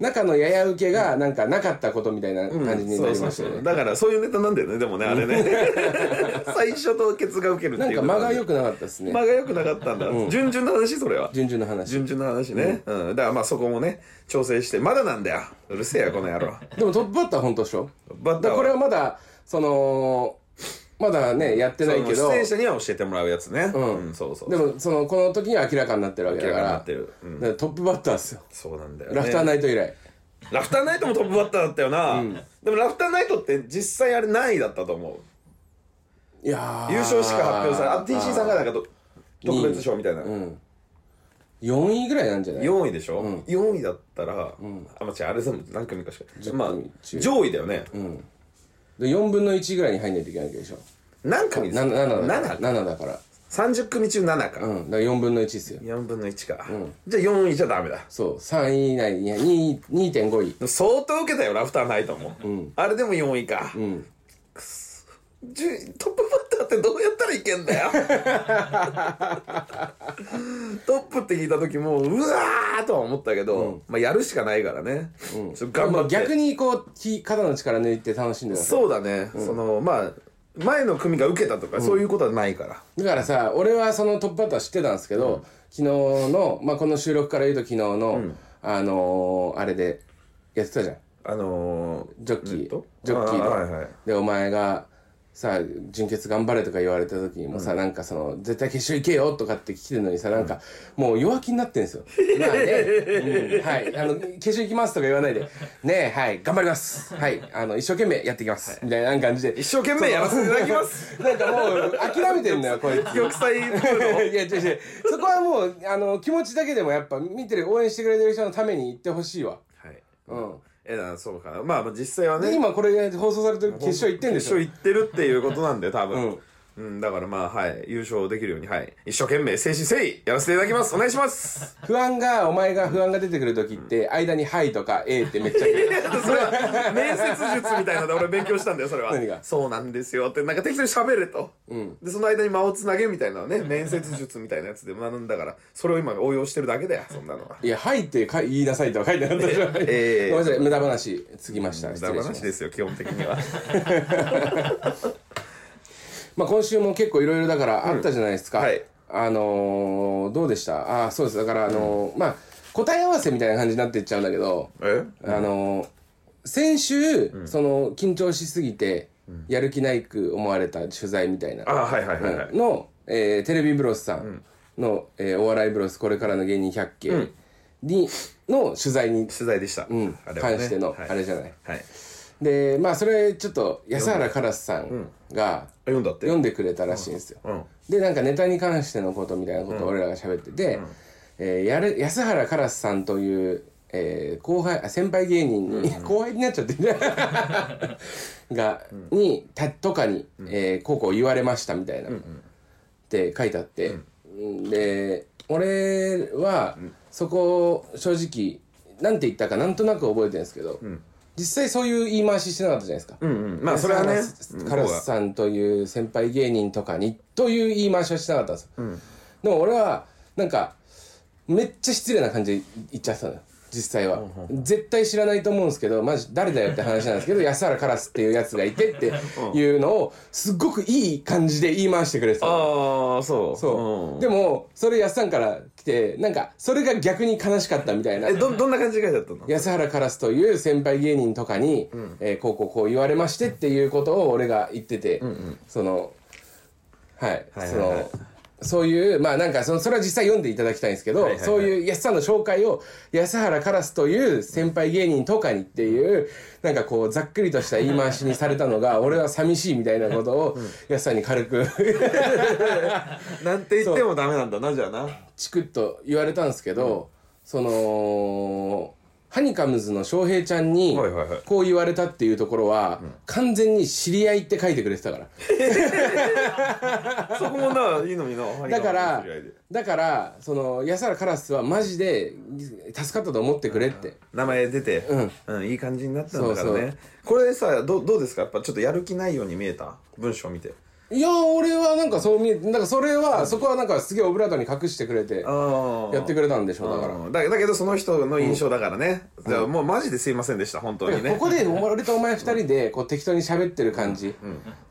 Speaker 2: 中のやや受けがなんかなかったことみたいな感じになりましたよね、
Speaker 1: だからそういうネタなんだよねでもねあれ ね最初とケツが受けるって
Speaker 2: なん
Speaker 1: いう
Speaker 2: か
Speaker 1: の
Speaker 2: 間
Speaker 1: ね
Speaker 2: が良くなかったですね
Speaker 1: 間が良くなかったんだ、順々の話それは
Speaker 2: 順々の話
Speaker 1: 順々の話ね、うんだからまあそこもね調整してまだなんだようるせえよこの野郎
Speaker 2: でもトップバッター本当でしょ
Speaker 1: バッター
Speaker 2: だ
Speaker 1: は
Speaker 2: これはまだそのまだねやってないけ
Speaker 1: そ
Speaker 2: ど
Speaker 1: の出演者には教えてもらうやつねうんそうそう
Speaker 2: でもそのこの時には明らかになってるわけだか
Speaker 1: 明ら
Speaker 2: ら
Speaker 1: かになってるうん
Speaker 2: だからトップバッターですよ
Speaker 1: そうなんだよ、ね、
Speaker 2: ラフターナイト以来
Speaker 1: ラフターナイトもトップバッターだったよな、でもラフターナイトって実際あれ何位だったと思う
Speaker 2: いやー
Speaker 1: 優勝しか発表されあ TC さんがなんかと特別賞みたいな、
Speaker 2: うん4位ぐらいなんじゃない
Speaker 1: 4位でしょ、4位だったら、あ、まあ、違うあれ全部何組かしかまあ
Speaker 2: 中
Speaker 1: 上位だよね、
Speaker 2: で4分の1ぐらいに入んないといけないわけでしょ
Speaker 1: 何組ですか
Speaker 2: 7, だか
Speaker 1: 7
Speaker 2: ら7だから
Speaker 1: 三十組中7か、
Speaker 2: うんだから4分の1ですよ
Speaker 1: 四4分の1か、じゃあ4位じゃダメだ
Speaker 2: そう3位以内に2 2.5位
Speaker 1: でも相当受けたよラフターナイトも、あれでも4位か、くそじゅトップバッターってどうやったらいけんだ よトップって聞いた時もううわーとは思ったけど、まあ、やるしかないからね、ちょっと頑張
Speaker 2: ま
Speaker 1: っ
Speaker 2: あ
Speaker 1: て、
Speaker 2: 逆にこうき肩の力抜いて楽しんでます
Speaker 1: そうだね、そのまあ前の組が受けたとか、そういうことはないから
Speaker 2: だからさ俺はそのトップバッター知ってたんですけど、昨日の、まあ、この収録から言うと昨日の、あのー、あれでやってたじゃん
Speaker 1: あのー、
Speaker 2: ジョッキ
Speaker 1: えっ
Speaker 2: ー
Speaker 1: と
Speaker 2: ジョッキーで、
Speaker 1: あはいはい
Speaker 2: でお前がさ純潔頑張れとか言われた時にもさ、なんかその絶対決勝行けよとかって来てるのにさなんか、もう弱気になってんですよまあ ね、うんはいあの決勝行きますとか言わないでねえはい頑張りますはいあの一生懸命やってきます、みたいな感じで
Speaker 1: 一生懸命やらせていただきます
Speaker 2: なんかもう諦めてんのよこいつ
Speaker 1: 玉 砕ムード
Speaker 2: いや違う違うそこはもうあの気持ちだけでもやっぱ見てる応援してくれてる人のために行ってほしいわ
Speaker 1: はい
Speaker 2: うん
Speaker 1: えだそうかまあまあ実際はね
Speaker 2: で今これが放送されてる決勝行ってんでしょ
Speaker 1: 決勝行ってるっていうことなんだよ多分、うんだからまあはい優勝できるようにはい一生懸命誠心誠意やらせていただきますお願いします
Speaker 2: 不安がお前が不安が出てくる時って間に「はい」とか「えー」ってめっ ちゃ来る
Speaker 1: それは面接術みたいなので俺勉強したんだよそれは
Speaker 2: 何が
Speaker 1: そうなんですよってなんか適当に喋れと、でその間に間をつなげみたいなのね面接術みたいなやつで学んだからそれを今応用してるだけだよそんなのはい
Speaker 2: や「はい」ってか言いなさいとは書いてなかったじゃん、
Speaker 1: えー
Speaker 2: ごめんなさい無駄話つきました
Speaker 1: 無
Speaker 2: 失
Speaker 1: 駄
Speaker 2: 礼しま
Speaker 1: 話
Speaker 2: した
Speaker 1: ですよ基本的に は
Speaker 2: まあ今週も結構いろいろだからあったじゃないですか、
Speaker 1: うんはい
Speaker 2: あのー、どうでしたああそうですだからあのーまあ答え合わせみたいな感じになっていっちゃうんだけど、
Speaker 1: え
Speaker 2: あの先週、その緊張しすぎてやる気ないく思われた取材みたいな
Speaker 1: あはいはいはいはい、
Speaker 2: うんの、えーテレビブロスさんの、えーお笑いブロスこれからの芸人百景に、の取材に、
Speaker 1: 取材でした、
Speaker 2: うん、
Speaker 1: あれはね
Speaker 2: 関してのあれじゃない。
Speaker 1: はい、はい、
Speaker 2: でまあそれちょっと安原カラスさんが
Speaker 1: 読んだって
Speaker 2: 読んでくれたらしいんですよ。
Speaker 1: うん
Speaker 2: でなんかネタに関してのことみたいなことを俺らが喋ってて、えーやる安原カラスさんという、えー後輩あ先輩芸人に、後輩になっち ゃってねが、にたとかに、えーこうこう言われましたみたいな、って書いてあって、で俺はそこ正直なんて言ったかなんとなく覚えてるんですけど、実際そういう言い回ししてなかったじゃないですか。
Speaker 1: うんうんまあそれはね
Speaker 2: カラスさんという先輩芸人とかにという言い回しはしてなかったんですよ、でも俺はなんかめっちゃ失礼な感じで言っちゃってたのよ実際は、絶対知らないと思うんですけどマジ誰だよって話なんですけど安原カラスっていうやつがいてっていうのをすっごくいい感じで言い回してくれてたの
Speaker 1: ああそう
Speaker 2: そう、
Speaker 1: ん
Speaker 2: でもそれ安さんから来てなんかそれが逆に悲しかったみたいな
Speaker 1: えどどんな感じで書いてあったの
Speaker 2: 安原カラスという先輩芸人とかに、えーこうこうこう言われましてっていうことを俺が言ってて、そのはい、
Speaker 1: はいはい
Speaker 2: そのそういうまあなんかそのそれは実際読んでいただきたいんですけど、
Speaker 1: いはいはい
Speaker 2: そういう安さんの紹介を安原カラスという先輩芸人とかにっていう、なんかこうざっくりとした言い回しにされたのが俺は寂しいみたいなことを安さんに軽く
Speaker 1: なんて言ってもダメなんだなじゃあな
Speaker 2: チクッと言われたんですけど、そのハニカムズの翔平ちゃんに
Speaker 1: はいはいはい
Speaker 2: こう言われたっていうところは、完全に知り合いって書いてくれてたから
Speaker 1: そこもないいのにな
Speaker 2: だから
Speaker 1: 針金の知り合いで
Speaker 2: だからその安原カラスはマジで助かったと思ってくれって
Speaker 1: 名前出て、
Speaker 2: うん
Speaker 1: いい感じになったんだからね
Speaker 2: そうそう
Speaker 1: これさどうどうですかやっぱちょっとやる気ないように見えた文章見て
Speaker 2: いや俺はなんかそう見えなんかそれはそこはなんかすげえオブラートに隠してくれて
Speaker 1: あ
Speaker 2: やってくれたんでしょうだから
Speaker 1: うんだだけどその人の印象だからね、じゃあもうマジですいませんでした本当にね
Speaker 2: ここで俺とお前二人でこう適当に喋ってる感じ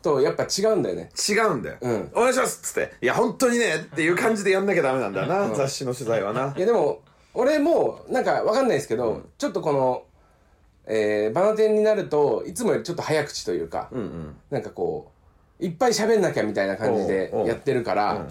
Speaker 2: とやっぱ違うんだよね
Speaker 1: 違うんだよ、
Speaker 2: ん
Speaker 1: お願いしますっつって「いや本当にね」っていう感じでやんなきゃダメなんだよな、雑誌の取材はない
Speaker 2: やでも俺もなんかわかんないですけど、ちょっとこの、えー、バナテンになるといつもよりちょっと早口というか、なんかこういっぱい喋んなきゃみたいな感じで
Speaker 1: おうおう
Speaker 2: やってるから、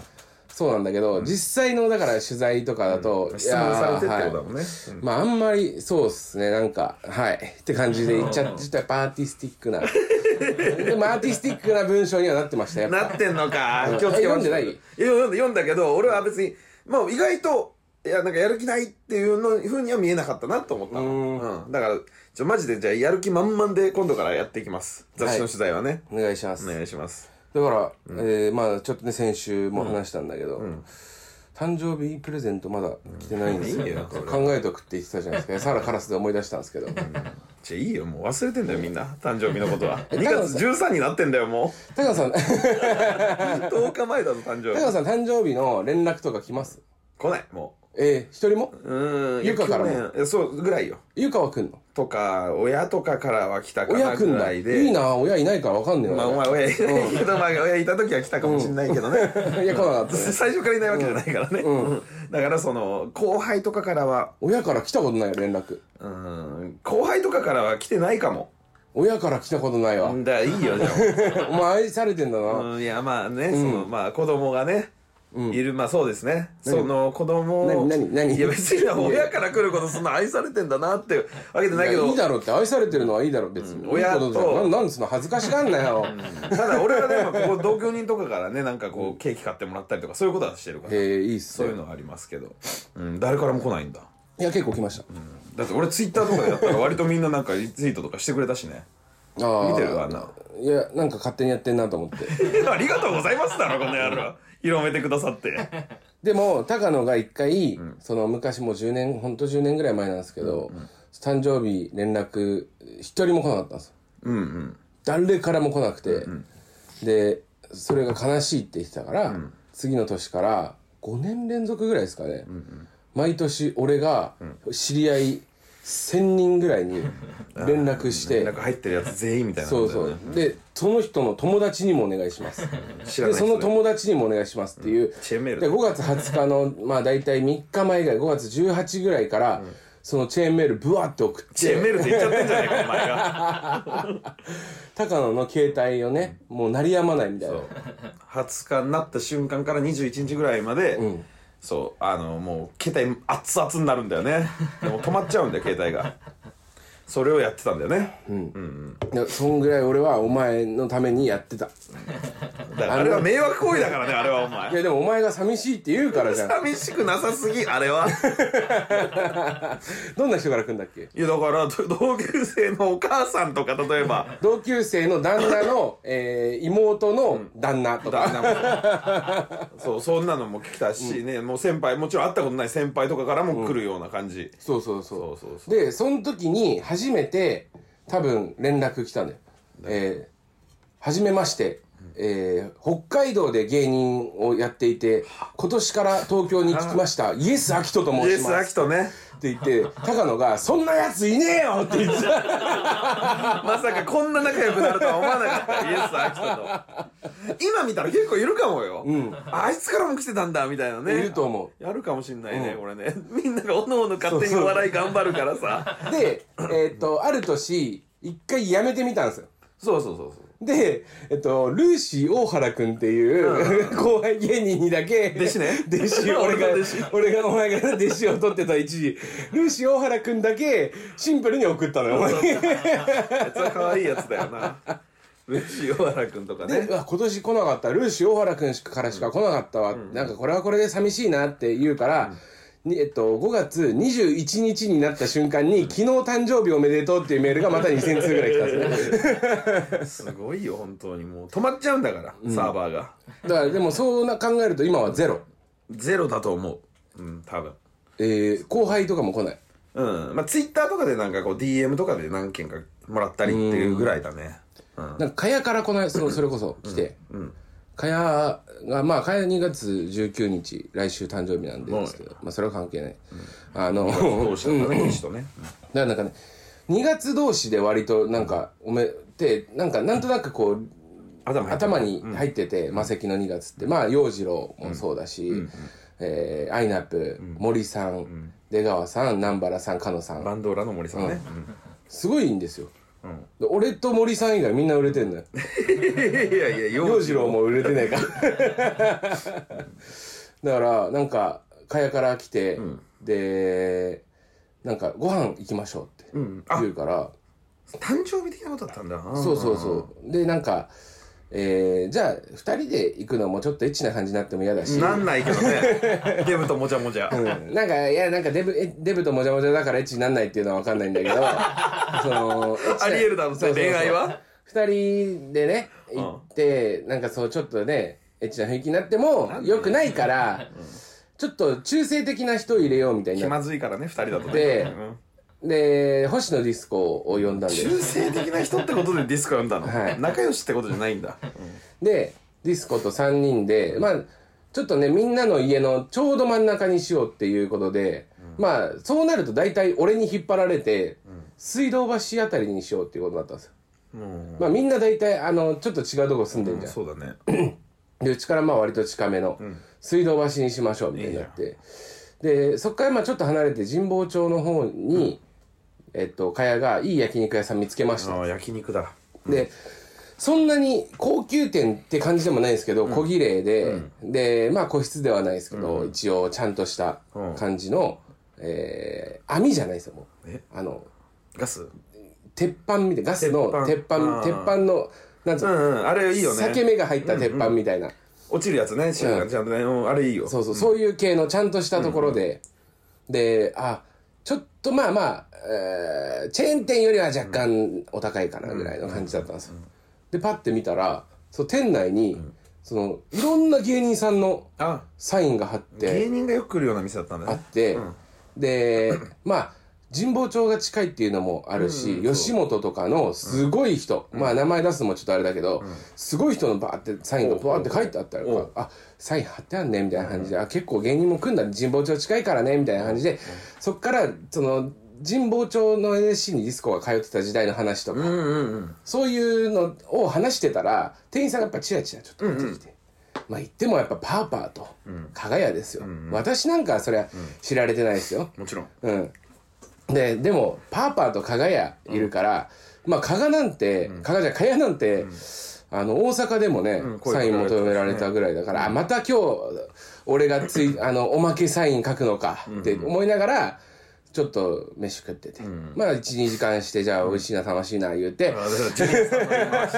Speaker 2: そうなんだけど、実際のだから取材とかだと、い
Speaker 1: 質
Speaker 2: や
Speaker 1: 問
Speaker 2: ー
Speaker 1: されてってことだもんね、
Speaker 2: はいまああんまりそうっすねなんかはいって感じで言っちゃってちょっとやっぱアーティスティッ クなでもアーティスティックな文章にはなってましたやっ
Speaker 1: な
Speaker 2: ぱ
Speaker 1: ってんの か気をつけます
Speaker 2: え読んでない
Speaker 1: や読んだ読んだけど俺は別にもう意外といやなんかやる気ないっていうのふうには見えなかったなと思ったの、うん、だからちょマジでじゃあやる気満々で今度からやっていきます雑誌の取材はね、
Speaker 2: お願いします、
Speaker 1: お願いします
Speaker 2: だから、えーまあちょっとね先週も話したんだけど、誕生日プレゼントまだ来てないんですよ,、
Speaker 1: いいよこれ
Speaker 2: 考えとくって言ってたじゃない ですかサラカラスで思い出したんですけど
Speaker 1: じゃあいいよもう忘れてんだよみんな誕生日の ことは2
Speaker 2: だから
Speaker 1: 月13になってんだよも
Speaker 2: 高野さん高
Speaker 1: う 10日前だぞ誕生
Speaker 2: 野
Speaker 1: 日
Speaker 2: さん誕生日の連絡とか来ます
Speaker 1: 来ないも
Speaker 2: えー、一人も
Speaker 1: ううーん
Speaker 2: ゆかからも
Speaker 1: いや去年えそうぐらいよ
Speaker 2: ゆかは来んの
Speaker 1: とか親とかからは来たか
Speaker 2: 親
Speaker 1: な
Speaker 2: 来ん
Speaker 1: ぐ
Speaker 2: だ
Speaker 1: ら
Speaker 2: い
Speaker 1: いで
Speaker 2: いな親いないからわかんねえ
Speaker 1: ま
Speaker 2: わ
Speaker 1: あ、お前親いないけど、まあ、親いた時は来たかもしれないけどね。
Speaker 2: いや来なかったね
Speaker 1: 最初からいないわけじゃないからね。だから、その、後輩とかからは、
Speaker 2: 親から来たことないよ連絡
Speaker 1: うん、後輩とかからは来てないかも。
Speaker 2: 親から来たことないわ、
Speaker 1: だからいいよ、じゃ
Speaker 2: お前愛されてんだな、
Speaker 1: あ。うんいや、まあね、その、まあ、子供がね、いる、まあそうですね。その子供を
Speaker 2: 何何何
Speaker 1: いや、別に親から来ることそんな愛されてんだなってわけじゃないけど
Speaker 2: い、いだろって愛されてるのはいいだろ別に、
Speaker 1: ん親と
Speaker 2: いいことだよななんでその恥ずかしがんなよ、
Speaker 1: ただ俺はね、まあここ同居人とかからね、なんかこう、ケーキ買ってもらったりとか、そういうことはしてるから
Speaker 2: え。ー、いいっす
Speaker 1: そう
Speaker 2: ね
Speaker 1: いうのはありますけど、うん、誰からも来ないんだ。
Speaker 2: いや結構来ました、
Speaker 1: だって俺ツイッターとかでやったら割とみんななんかリツイートとかしてくれたしね
Speaker 2: ああ
Speaker 1: 見てるわない
Speaker 2: やなんか勝手にやってんなと思って
Speaker 1: ありがとうございますだろこの野郎広めてくださって
Speaker 2: でも高野が一回、その昔もう10年ほんと10年ぐらい前なんですけど、誕生日連絡一人も来なかったんですよ
Speaker 1: うんうん
Speaker 2: 誰からも来なくて、でそれが悲しいって言ってたから、次の年から5年連続ぐらいですかね、毎年俺が知り合い1,000人ぐらいに連絡して
Speaker 1: なんか入ってるやつ全員みたいな
Speaker 2: そうそうでその人の友達にもお願いします
Speaker 1: 知ら
Speaker 2: で
Speaker 1: ない
Speaker 2: その友達にもお願いしますっていう、
Speaker 1: チェーンメール
Speaker 2: で5月20日のまあ大体3日前ぐらい5月18ぐらいから、そのチェーンメールブワって送って
Speaker 1: チェーンメールって言っちゃってんじゃないかお前が
Speaker 2: 高野の携帯をねもう鳴りやまないみたいな
Speaker 1: 20日になった瞬間から21日ぐらいまで、そうあのもう携帯熱々になるんだよねでも止まっちゃうんだよ携帯がそれをやってたんだよね、
Speaker 2: でそんぐらい俺はお前のためにやってた
Speaker 1: だからあれは迷惑行為だからねあれはお前
Speaker 2: いやでもお前が寂しいって言うから じゃん
Speaker 1: 寂しくなさすぎあれは
Speaker 2: どんな人から来るんだっけ
Speaker 1: いやだからど同級生のお母さんとか例え ば
Speaker 2: 同級生の旦那の、えー妹の旦那とか、
Speaker 1: 旦那もそうそんなのも来たしね、もう先輩もちろん会ったことない先輩とかからも来るような感じ、
Speaker 2: そうそうそう
Speaker 1: そうそうそ
Speaker 2: でその時に初めて多分連絡来たんだよえー、初めまして、えー、北海道で芸人をやっていて今年から東京に来ましたイエス・アキトと
Speaker 1: イ
Speaker 2: 申
Speaker 1: エ
Speaker 2: し
Speaker 1: ス・
Speaker 2: ま
Speaker 1: ア
Speaker 2: す
Speaker 1: キトね
Speaker 2: って言って高野が「そんなやついねえよ!」って言って た
Speaker 1: まさかこんな仲良くなるとは思わなかったイエス・アキトと今見たら結構いるかもよ、あいつからも来てたんだみたいなね
Speaker 2: いると思
Speaker 1: やるかもしんないね、これねみんながおのおの勝手にお笑い頑張るからさ
Speaker 2: うでえーっとある年一回やめてみたんですよ
Speaker 1: そうそうそうそう
Speaker 2: で、えっと、ルーシー大原くんっていう、 後輩芸人にだけ、
Speaker 1: 弟子ね
Speaker 2: 弟子、俺が
Speaker 1: 俺の弟子、
Speaker 2: 俺がお前が弟子を取ってた一時、ルーシー大原くんだけ、シンプルに送ったのよ、お
Speaker 1: あ
Speaker 2: 前。
Speaker 1: いつは可愛いやつだよ な嬉しい小原君とかね
Speaker 2: で、うわ今年来なかった、ルーシー大原くんしかからしか来なかったわ、なんかこれはこれで寂しいなって言うから、にえっと、5月21日になった瞬間に、昨日誕生日おめでとうっていうメールがまた2000通ぐらい来たんですね。
Speaker 1: すごいよ本当にもう止まっちゃうんだから、サーバーが
Speaker 2: だからでもそうな考えると今はゼロ。
Speaker 1: ゼロだと思ううん多分
Speaker 2: えー、後輩とかも来ない。
Speaker 1: うんまあツイッターとかでなんかこう DM とかで何件かもらったりっていうぐらいだねうん
Speaker 2: なんか、かやからこの、その、それこそ来て、かやが、まあ、かや2月19日、来週誕生日なんですけど、まあ、それは関係ない。あの、
Speaker 1: どうしたんだね一とね
Speaker 2: だからなんかね、2月同士で割と、なんか、おめで、なんか、なんとなくこう、
Speaker 1: 頭入ってる
Speaker 2: 頭に入ってて、魔石の2月って、まあ、洋次郎もそうだし、えーアイナップ、森さん、出川さん、南原さん、狩野さん、
Speaker 1: バンドーラの森さんね、
Speaker 2: すごいんですよ。で俺と森さん以外みんな売れてんのよ。
Speaker 1: うん いやいやいや
Speaker 2: 洋
Speaker 1: 洋
Speaker 2: 次郎も売れてないからだからなんかかやから来て、でなんかご飯行きましょうって
Speaker 1: んあ
Speaker 2: 言うから、
Speaker 1: 誕生日的なことだったんだ
Speaker 2: そうそうそうでなんか、えーじゃあ2人で行くのもちょっとエッチな感じになっても嫌だし
Speaker 1: なんないけど ねデブともじゃもじゃ、
Speaker 2: うんなんかいやなんかデブえデブともじゃもじゃだからエッチになんないっていうのは分かんないん だけどその
Speaker 1: ありえるだろうね恋愛は
Speaker 2: 2人でね行って、なんかそうちょっとねエッチな雰囲気になってもよくないから、ちょっと中性的な人を入れようみたいに
Speaker 1: 気
Speaker 2: なっ
Speaker 1: まずいからね二人だとね
Speaker 2: で
Speaker 1: うん
Speaker 2: で星野ディスコを呼んだんで
Speaker 1: 中性的な人ってことでディスコ呼んだの、
Speaker 2: はい
Speaker 1: 仲良しってことじゃないんだ、
Speaker 2: でディスコと3人でまあちょっとねみんなの家のちょうど真ん中にしようっていうことで、まあそうなると大体俺に引っ張られて、水道橋あたりにしようっていうことになったんですよ、
Speaker 1: うん
Speaker 2: まあみんな大体あのちょっと違うとこ住んでんじゃん、
Speaker 1: そうだね
Speaker 2: でうちからまあ割と近めの水道橋にしましょうみたいになって、でそこからまあちょっと離れて神保町の方に、えっとかやがいい焼肉屋さん見つけまし
Speaker 1: あ
Speaker 2: た、
Speaker 1: ー焼肉だ
Speaker 2: でそんなに高級店って感じでもないんですけど、小綺麗で、でまあ個室ではないですけど、一応ちゃんとした感じの、えー網じゃないですよもう
Speaker 1: え
Speaker 2: あの
Speaker 1: ガス
Speaker 2: 鉄板みたいなガスの鉄
Speaker 1: 鉄
Speaker 2: 板
Speaker 1: 板あー
Speaker 2: 鉄板のなんつう
Speaker 1: うん
Speaker 2: の、
Speaker 1: うんあれいいよね
Speaker 2: 裂け目が入った鉄板みたいな、
Speaker 1: 落ちるやつね芯がちゃんとね、うんあれいいよ
Speaker 2: そうそう、そういう系のちゃんとしたところで、で、あ、ちょっとまあまあ、えーチェーン店よりは若干お高いかなぐらいの感じだったんですよ。で、パッて見たら、そう店内に、その、いろんな芸人さんの
Speaker 1: あ
Speaker 2: サインが貼っ
Speaker 1: 芸
Speaker 2: て
Speaker 1: 人がよく来るような店だったんだ
Speaker 2: あ
Speaker 1: ね
Speaker 2: って、で、まあ、神保町が近いっていうのもあるし、吉本とかのすごい人、まあ名前出すのもちょっとあれだけど、すごい人のバーってサインがバーって書いてあったら
Speaker 1: おう
Speaker 2: あサイン貼ってあんねみたいな感じで、あ結構芸人も来んだね神保町近いからねみたいな感じで、そっからその神保町の NSC にディスコが通ってた時代の話とか、
Speaker 1: うんうんうん
Speaker 2: そういうのを話してたら店員さんがやっぱチラチラちょっと見てきて、まあ言ってもやっぱパーパーと加賀屋ですよ、私なんかはそれは知られてないですよ、
Speaker 1: もちろん
Speaker 2: うん、ででもパーパーと加賀屋いるから、まあ加賀なんて、加賀じゃ加賀屋なんて、あの大阪でもね、
Speaker 1: ん声
Speaker 2: サイン求められたぐらいだから、あまた今日俺がつ いあのおまけサイン書くのかって思いながらちょっと飯食ってて、まあ12時間してじゃあ美味しいな楽しいな言うて、
Speaker 1: あだからジュニア さんもいます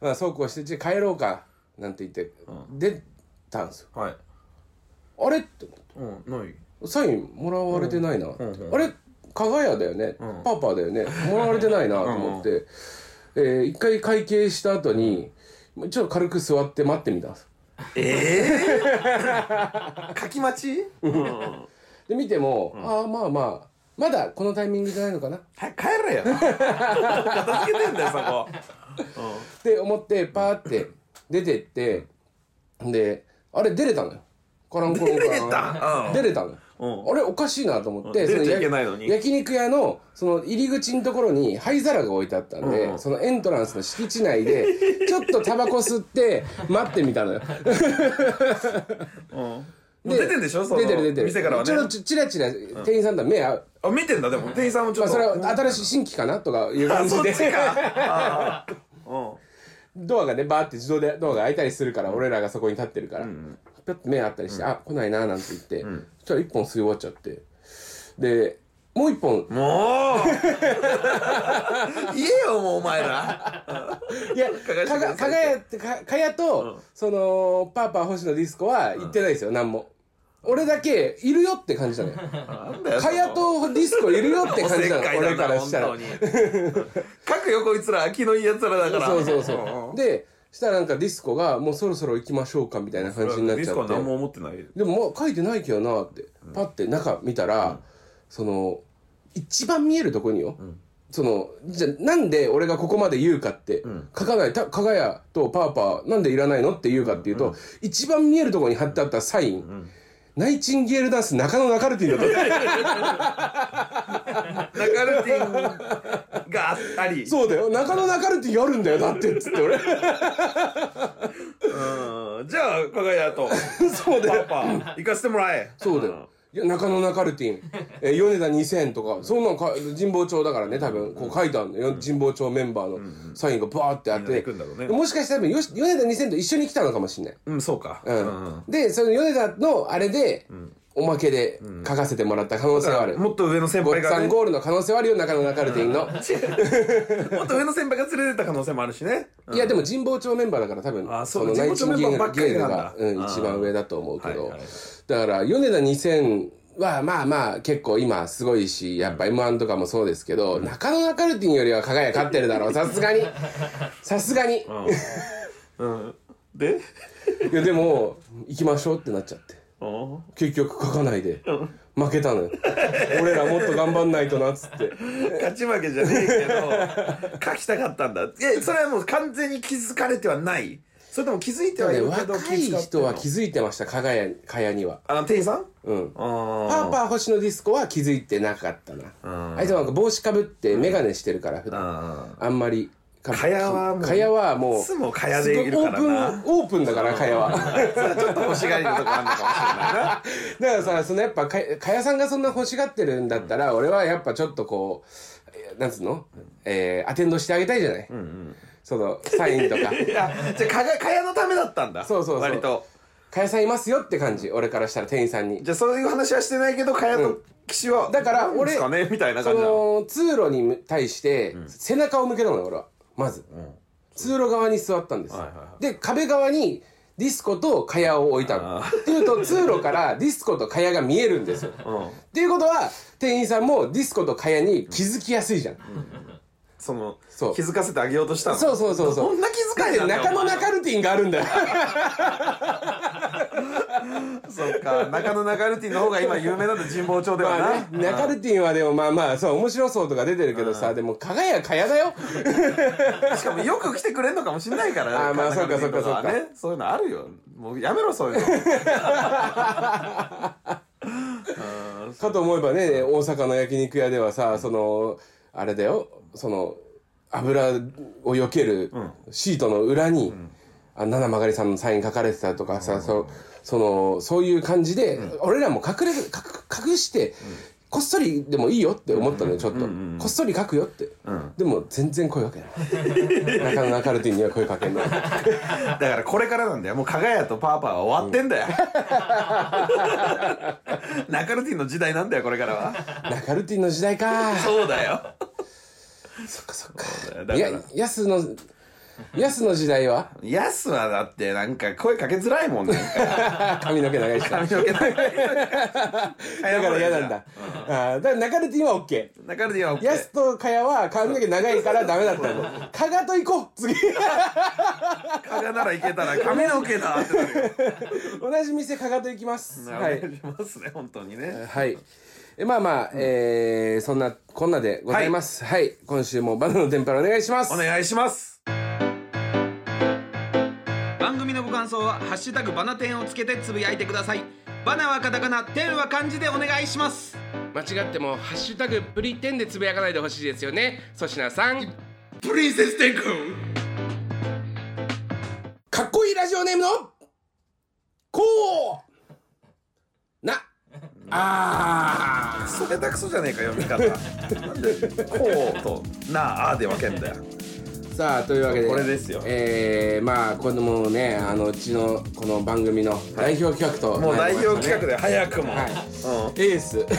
Speaker 2: まあ、そうこうしてじゃあ帰ろうかなんて言って、出たんですよ
Speaker 1: はい
Speaker 2: あれって思って
Speaker 1: うんない
Speaker 2: サインもらわれてないなって、
Speaker 1: うんうん
Speaker 2: あれ加賀屋だよね、パーパーだよねもらわれてないなと思ってえー一回会計した後にちょっと軽く座って待ってみたんです
Speaker 1: ええ 書き待ちうん
Speaker 2: で見ても、ああまあまあまだこのタイミングじゃないのかなっ
Speaker 1: 早く帰れよ片付けてんだよそこ
Speaker 2: て思ってパーって出てってであれ出れたのよカランコロンカラン
Speaker 1: 出
Speaker 2: 出れたのよ
Speaker 1: うん
Speaker 2: あれおかしいなと思っ
Speaker 1: う
Speaker 2: て、
Speaker 1: ん出れちゃ
Speaker 2: その
Speaker 1: いけないのに
Speaker 2: 焼肉屋のその入り口のところに灰皿が置いてあったんで、
Speaker 1: うんうん
Speaker 2: そのエントランスの敷地 内でちょっとタバコ吸って待ってみたのよ
Speaker 1: うんもう出てんでしょその
Speaker 2: 出てる出てる
Speaker 1: 店からはね
Speaker 2: ちょっとちチラチラ店員さんとは目合う、
Speaker 1: あ見てんだでも店員さんもちょ
Speaker 2: ま
Speaker 1: っ
Speaker 2: あ、
Speaker 1: と
Speaker 2: それは新しい新規かなとかいう感
Speaker 1: あ
Speaker 2: じ
Speaker 1: そっ
Speaker 2: で
Speaker 1: ちかあー
Speaker 2: ドアがねバーって自動でドアが開いたりするから、俺らがそこに立ってるから、ピョッと目あったりして「あ来ないな」なんて言って、そしたら1本吸い終わっちゃってでもう1本
Speaker 1: うんもう 言えよもうお 前ら
Speaker 2: いや、
Speaker 1: 加賀して
Speaker 2: か
Speaker 1: ください
Speaker 2: が
Speaker 1: って
Speaker 2: かがやって、かかやと、その、パーパー星野ディスコは行ってないですよ、なんも。俺だけ、いるよって感じ なのよ。
Speaker 1: なんだよそ
Speaker 2: か
Speaker 1: の
Speaker 2: やとディスコいるよって
Speaker 1: お
Speaker 2: 感
Speaker 1: せ
Speaker 2: じ
Speaker 1: っ
Speaker 2: なの
Speaker 1: か、い
Speaker 2: 俺
Speaker 1: だ
Speaker 2: か
Speaker 1: な
Speaker 2: らし
Speaker 1: 本
Speaker 2: たら。
Speaker 1: 当に書くよこいつら気のいいやつらだから
Speaker 2: そうそうそう。で、したらなんかディスコが、もうそろそろ行きましょうかみたいな感じになっ
Speaker 1: ディ
Speaker 2: ちゃ
Speaker 1: ス
Speaker 2: っ
Speaker 1: コは
Speaker 2: て。
Speaker 1: 何も思ってない
Speaker 2: でも、まあ書いてないけどなって、パッて中見たら、その、一番見えるとこによ。そのじゃあなんで俺がここまで言うかって、書かないた加賀谷とパーパーなんでいらないのって言うかっていうと、一番見えるところに貼ってあったサイン、ナイチンゲールダンス中野ナカルティ だった
Speaker 1: ナカルティンがあったり
Speaker 2: そうだよ中野ナカルティやるんだよだってっつって俺
Speaker 1: うんじゃあ加賀屋と
Speaker 2: そうだ
Speaker 1: パ
Speaker 2: よ
Speaker 1: パ行かせてもらえ
Speaker 2: そうだよいや中野ナカルティン、 えー米田2000とかそんなのか神保町だからね多分こう書いてあるのよ、神保町メンバーのサインがバーってあっ
Speaker 1: みんなで
Speaker 2: て、
Speaker 1: 行くんだろうね
Speaker 2: もしかしたら多分よし米田2000と一緒に来たのかもしれない
Speaker 1: うんそうかう
Speaker 2: うんでその米田のあれで、おまけで書かせてもらった可能性はある、
Speaker 1: もっと上の先
Speaker 2: ご
Speaker 1: 輩
Speaker 2: っ
Speaker 1: が
Speaker 2: さ
Speaker 1: ね
Speaker 2: ん
Speaker 1: も
Speaker 2: ゴールの可能性はあるよ中野ナカルティンの、
Speaker 1: っと上の先輩が連れてった可能性もあるしね
Speaker 2: いやでも神保町メンバーだから多分
Speaker 1: あそう
Speaker 2: の
Speaker 1: 神保町メンバーばっかりなんだ
Speaker 2: ナイチンゲールが、うん、
Speaker 1: あー
Speaker 2: 一番上だと思うけど、
Speaker 1: はいはいはい
Speaker 2: だから米田2000はまあまあ結構今すごいしやっぱ m 1とかもそうですけど、中野ナカルティンよりは加賀谷勝ってるだろうさす がにさすがに、
Speaker 1: うんで
Speaker 2: いやでも行きましょうってなっちゃって
Speaker 1: うん
Speaker 2: 結局書かないで、負け たのよ俺らもっと頑張んないとなっつって
Speaker 1: 勝ち負けじゃねえけど書きたかったんだえそれはもう完全に気づかれてはないそれとも気づいてはい
Speaker 2: で
Speaker 1: るけど
Speaker 2: 若い人は気
Speaker 1: づ
Speaker 2: づいてました加賀谷加谷には
Speaker 1: あ店員さん
Speaker 2: うん
Speaker 1: あー
Speaker 2: パーパー星野ディスコは気づいてなかったなあいつはなんか帽子かぶって眼鏡してるから普段
Speaker 1: あ
Speaker 2: あんまりかぶ
Speaker 1: 蚊帳はもう
Speaker 2: 蚊帳はもう
Speaker 1: いつも蚊帳でいるからな
Speaker 2: すごいオープンオープンだから蚊帳は だ
Speaker 1: ーそれはちょっと欲しがりのとこあるのかもしれないな
Speaker 2: からさそのやっぱ蚊帳蚊帳さんがそんな欲しがってるんだったら俺はやっぱちょっとこうえーなんつうのえーアテンドしてあげたいじゃないそのサインとか
Speaker 1: いやじゃあかがかやのためだったんだ
Speaker 2: そうそうそう
Speaker 1: 割と
Speaker 2: 蚊帳さんいますよって感じ俺からしたら店員さんに
Speaker 1: じゃあそういう話はしてないけどかやと騎士は、
Speaker 2: だか
Speaker 1: な
Speaker 2: ら
Speaker 1: んですかねみたいな
Speaker 2: そ
Speaker 1: 感じなの
Speaker 2: の通路に対して背中を向けたのよ俺はまず、通路側に座ったんです、
Speaker 1: はいはいは
Speaker 2: で壁側にディスコと蚊帳を置いたの
Speaker 1: あ
Speaker 2: っていうと通路からディスコと蚊帳が見えるんですよ、
Speaker 1: うん
Speaker 2: っていうことは店員さんもディスコと蚊帳に気づきやすいじゃん、
Speaker 1: その
Speaker 2: そう
Speaker 1: 気づかせてあげようとしたの
Speaker 2: そうそうそうそう
Speaker 1: こんな気遣い
Speaker 2: で
Speaker 1: なんだよ
Speaker 2: 中野
Speaker 1: お前
Speaker 2: ナカルティンがあるんだよ
Speaker 1: そっか中野中ルティの方が今有名なんだ神保町ではな、
Speaker 2: まあねナカルティンはでもまあまあそう面白そうとか出てるけどさでも蚊帳や蚊帳だよ
Speaker 1: しかもよく来てくれんのかもしんないから
Speaker 2: あーまあ
Speaker 1: 中野
Speaker 2: そっか
Speaker 1: 中ルティのとは
Speaker 2: そっ
Speaker 1: ねそういうの あるよもうやめろそういうのううん
Speaker 2: かと思えばね大阪の焼肉屋ではさそのあれだよその油を避けるシートの裏に、あ七曲さんのサイン書かれてたとかさ、そそのそういう感じで、俺らも隠れ隠隠して、こっそりでもいいよって思ったのよちょっと、こっそり書くよって、でも全然声かけな い中野カルティには声かけない
Speaker 1: だからこれからなんだよもう加賀屋とパーパーは終わってん だよ、ナカルティの時代なんだよこれからは
Speaker 2: 中カルティの時代か
Speaker 1: そうだよ
Speaker 2: そっかそっ
Speaker 1: だ
Speaker 2: か
Speaker 1: から
Speaker 2: いやヤスのヤスの時代は
Speaker 1: ヤスはだってなんか声かけづらいもんね
Speaker 2: 髪の毛長いし
Speaker 1: 髪の 毛長い
Speaker 2: だから嫌なん だ。あーだから中ルティンはオッケ
Speaker 1: ナカルティは OK
Speaker 2: ー。ヤスとカヤは髪の毛長いからダメだったの。加賀と行こう次
Speaker 1: 加賀ならいけたら髪の毛だってなるよ
Speaker 2: 同じ店加賀と行きます。 は
Speaker 1: お願い
Speaker 2: い。
Speaker 1: しますね本当にね
Speaker 2: はい。えまあまあ、えー、そんなこんなでございます。はい。今週もバナナの天ぷらお願いします。
Speaker 1: お願いします番組のご感想は「ハッシュタグバナテン」をつけてつぶやいてくださいバナはカタカナ、テンは漢字でお願いします
Speaker 2: 間違っても、ハッシュタグプリテンでつぶやかないでほしいですよね。粗品さん。
Speaker 1: プリンセステン君
Speaker 2: かっこいいラジオネームの、こうな、あー。
Speaker 1: それだくそじゃねえか読み方なんでこうとなあで分けんだよ
Speaker 2: さあというわけで
Speaker 1: これですよ
Speaker 2: えー、まあこのもうねあのうちのこの番組の代表企画と、
Speaker 1: もう代表企画
Speaker 2: で
Speaker 1: で早くも、
Speaker 2: は
Speaker 1: う
Speaker 2: い
Speaker 1: ん
Speaker 2: エース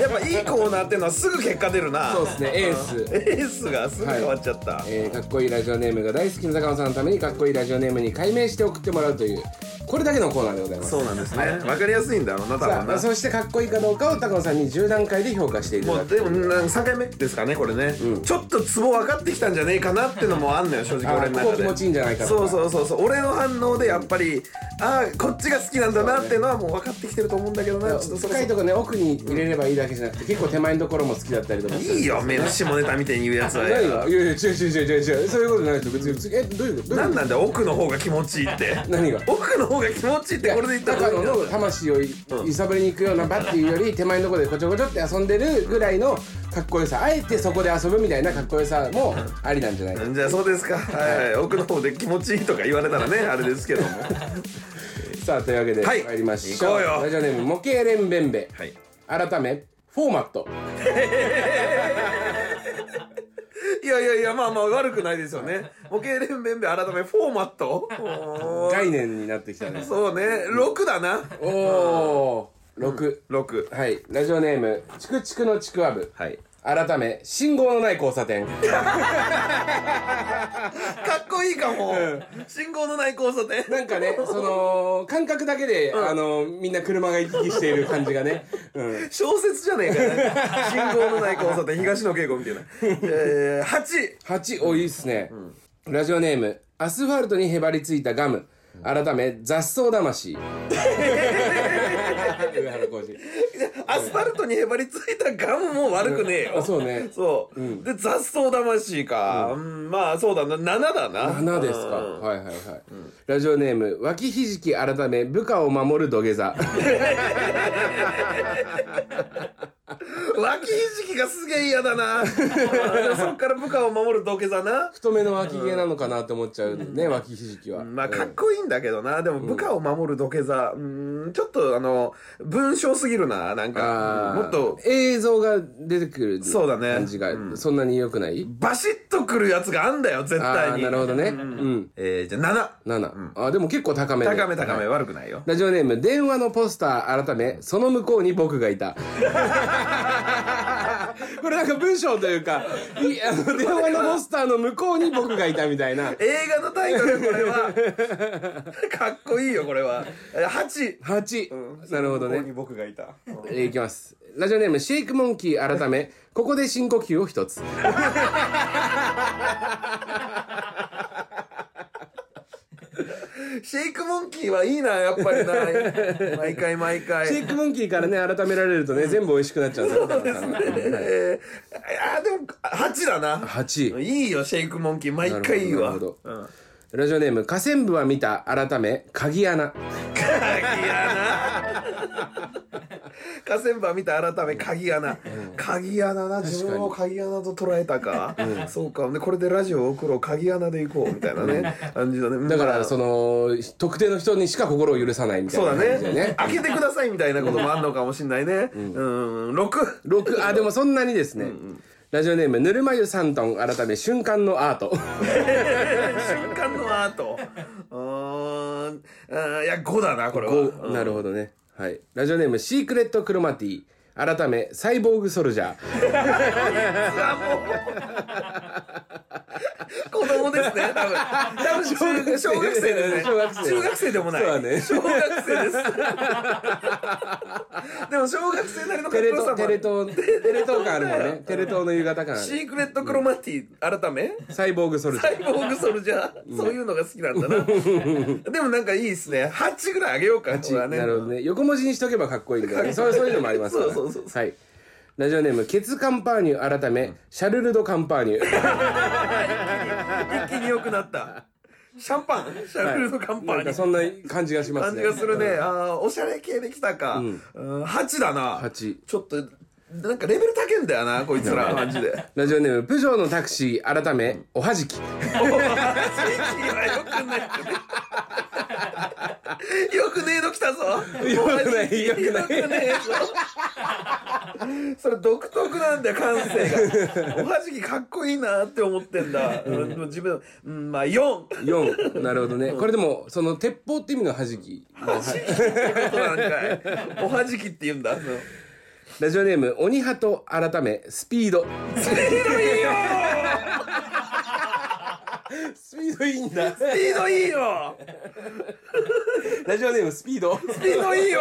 Speaker 1: やっぱいいコーナーってのはすぐ結果出るな
Speaker 2: そうですねエース
Speaker 1: エースがすぐ変わっちゃった、
Speaker 2: えー、かっこいいラジオネームが大好きな坂野さんのためにかっこいいラジオネームに改名して送ってもらうというこれだけのコーナーでございます
Speaker 1: そうなんですねわかりやすいんだあのな多分
Speaker 2: さあ
Speaker 1: な
Speaker 2: そしてかっこいいかどうかを高野さんに10段階で評価していた
Speaker 1: も
Speaker 2: だ
Speaker 1: う
Speaker 2: く
Speaker 1: でもなん3回目ですかねこれね、
Speaker 2: うん
Speaker 1: ちょっとツボ分かってきたんじゃねえかなってのもあんのよ正直
Speaker 2: あー
Speaker 1: 俺の中
Speaker 2: ここ気
Speaker 1: で
Speaker 2: 持ちいいんじゃないかとか
Speaker 1: そうそうそうそう俺の反応でやっぱりああこっちが好きなんだなってのはもう分かってきてると思うんだけどなちょっとそろ
Speaker 2: 深い
Speaker 1: そ
Speaker 2: と
Speaker 1: ろ
Speaker 2: こね奥に入れればいいだけじゃなくて結構手前のところも好きだったりとかして
Speaker 1: いいよ目の下ネタみたいに言うやつは
Speaker 2: ないよいやいや違う違う違う違うそういうことないと別にえどういうことどういうこと
Speaker 1: 何なんだよ奥の方が気持ちいいって
Speaker 2: 何が
Speaker 1: 奥の方が気持ちいいってこれで言った
Speaker 2: 中
Speaker 1: ら
Speaker 2: 野の魂をい揺さぶりに行くようなバッていうより手前のところでこちょこちょって遊んでるぐらいのかっこよさあえてそこで遊ぶみたいなかっこよさもありなんじゃないか
Speaker 1: じゃあそうですかはい、はい、奥の方で気持ちいいとか言われた らねあれですけども
Speaker 2: さあというわけで
Speaker 1: はい
Speaker 2: 参りましょう,、
Speaker 1: 行こうよ
Speaker 2: ラジオネーム模型連んべんべ
Speaker 1: はい
Speaker 2: 改めフォーマット
Speaker 1: いやいやいや、まあまあ悪くないですよね。模型連弁で改めフォーマットおー
Speaker 2: 概念になってきたね
Speaker 1: そうね、6だな。
Speaker 2: おお6
Speaker 1: 6。
Speaker 2: はいラジオネームチクチクのちくわぶ
Speaker 1: はい。
Speaker 2: 改め信号のない交差点
Speaker 1: かっこいいかも。信号のない交差点。
Speaker 2: なんかね、その、感覚だけで、あの、みんな車が行き来している感じがね。うん。
Speaker 1: 小説じゃねえ かな。信号のない交差点、東野敬吾みたいな。えー、8。
Speaker 2: 8、お、いいっすね。ラジオネーム、アスファルトにへばりついたガム。改め、雑草魂。上原浩二。
Speaker 1: アスファルトにへばりついたガムも悪くねえよ。
Speaker 2: あ、そうね。
Speaker 1: そう、で、雑草魂か。うん、まあそうだな。7だな。
Speaker 2: 花ですか。
Speaker 1: うん
Speaker 2: はいはいはい。ラジオネーム、脇ひじき改め、部下を守る土下座。
Speaker 1: 脇ひじきがすげえ嫌だ な。でもそっから部下を守る土下座な。
Speaker 2: 太めの脇毛なのかなって思っちゃうね、脇ひじきは。
Speaker 1: まあかっこいいんだけどな、でも部下を守る土下座うーんちょっとあの文章すぎるななんか
Speaker 2: あー
Speaker 1: もっと
Speaker 2: 映像が出てくる
Speaker 1: そうだね
Speaker 2: 感じがそんなに良くない
Speaker 1: バシッとくるやつがあんだよ絶
Speaker 2: あ
Speaker 1: 対
Speaker 2: あ
Speaker 1: に
Speaker 2: なるほどねうん
Speaker 1: えー、じゃあ
Speaker 2: 7、あでも結構高めね
Speaker 1: 7高め高め、悪くないよ
Speaker 2: ラジオネーム電話のポスター改めその向こうに僕がいた これなんか文章というかいあの電話のポスターの向こうに僕がいたみたいな
Speaker 1: 映画のタイトルこれ はかっこいいよこれは8
Speaker 2: 8、なるほど
Speaker 1: ここ
Speaker 2: ね
Speaker 1: に僕がいた
Speaker 2: えーいきますラジオネームシェイクモンキー改めここで深呼吸を一つ
Speaker 1: シェイクモンキーはいいなやっぱり な毎回毎回
Speaker 2: シェイクモンキーからね改められるとね全部美味しくなっちゃうんだよ
Speaker 1: そうですね、えー、あーでも8だな
Speaker 2: 8
Speaker 1: いいよシェイクモンキー毎回いいわ
Speaker 2: なるほど
Speaker 1: うん
Speaker 2: ラジオネーム河川部は見た改め鍵穴
Speaker 1: 鍵穴河川版見て改め鍵穴、鍵穴な自分を鍵穴と捉えたか、そうかでこれでラジオを送ろう鍵穴で行こうみたいなね感じだね
Speaker 2: だか
Speaker 1: まあ
Speaker 2: らその特定の人にしか心を許さないみたい
Speaker 1: そう
Speaker 2: な
Speaker 1: だ
Speaker 2: 感じだよ
Speaker 1: ね
Speaker 2: ね。
Speaker 1: 開けてくださいみたいなこともあんのかもしんないね。うん、六。
Speaker 2: 六あでもそんなにですね、ラジオネームぬるま湯さんとん改め瞬間のアート
Speaker 1: 瞬間のアート。うーんあー。いや、五だな、これは。
Speaker 2: こうなるほどねはいラジオネームシークレットクロマティ改めサイボーグソルジャー
Speaker 1: 子供ですね、多分。多分、小学生ですね。
Speaker 2: 小学生
Speaker 1: 中学生でもない。
Speaker 2: そうだね
Speaker 1: 小学生です。 でも、小学生なりのかっ
Speaker 2: テ
Speaker 1: こよ
Speaker 2: レ
Speaker 1: さも
Speaker 2: 東テ
Speaker 1: あ
Speaker 2: レ
Speaker 1: る。
Speaker 2: 東テレ東感あるもんねテレ東の夕方感あ
Speaker 1: シ
Speaker 2: る
Speaker 1: ークレットクロマティ、改め
Speaker 2: サイボーグソルジ
Speaker 1: サ
Speaker 2: ャ
Speaker 1: イボーグソルジャー、そういうのが好きなんだな。でもなんかいいですね。8ぐらいあげようか、これは
Speaker 2: ー
Speaker 1: ね。
Speaker 2: なるほどね横文字にしとけばかっこいいみたいなそうそういうのもありますから
Speaker 1: そうそうそう
Speaker 2: はいラジオネームケツカンパーニュ改めシャルルドカンパーニュ
Speaker 1: 一気に良くなった。シャンパンシャルルのカンパ
Speaker 2: な
Speaker 1: ーニ
Speaker 2: んか
Speaker 1: ュ
Speaker 2: そんな感じがします
Speaker 1: 感
Speaker 2: ね
Speaker 1: じがするね。ああ、おしゃれ系できたか。うん、8だな。
Speaker 2: 八
Speaker 1: ちょっと、なんかレベル高いんだよな、こいつら。マジで。
Speaker 2: ラジオネームプジョーのタクシー改めおはじ き
Speaker 1: はよくない。よくねえの来たぞ。
Speaker 2: よくないよく
Speaker 1: よくねえぞ。それ独特なんだよ、感性が。おはじきかっこいいなって思ってんだ。うん、でも自分、うん、まあ4。
Speaker 2: 4なるほどねこれでもその鉄砲って意味のはじき
Speaker 1: ことなんかい。おはじきって言うんだ。その
Speaker 2: ラジオネーム鬼ハト改めスピード
Speaker 1: スピードいいよ
Speaker 2: スピードいいんだ
Speaker 1: スピードいいよ
Speaker 2: ラジオネームスピード
Speaker 1: スピードいいよ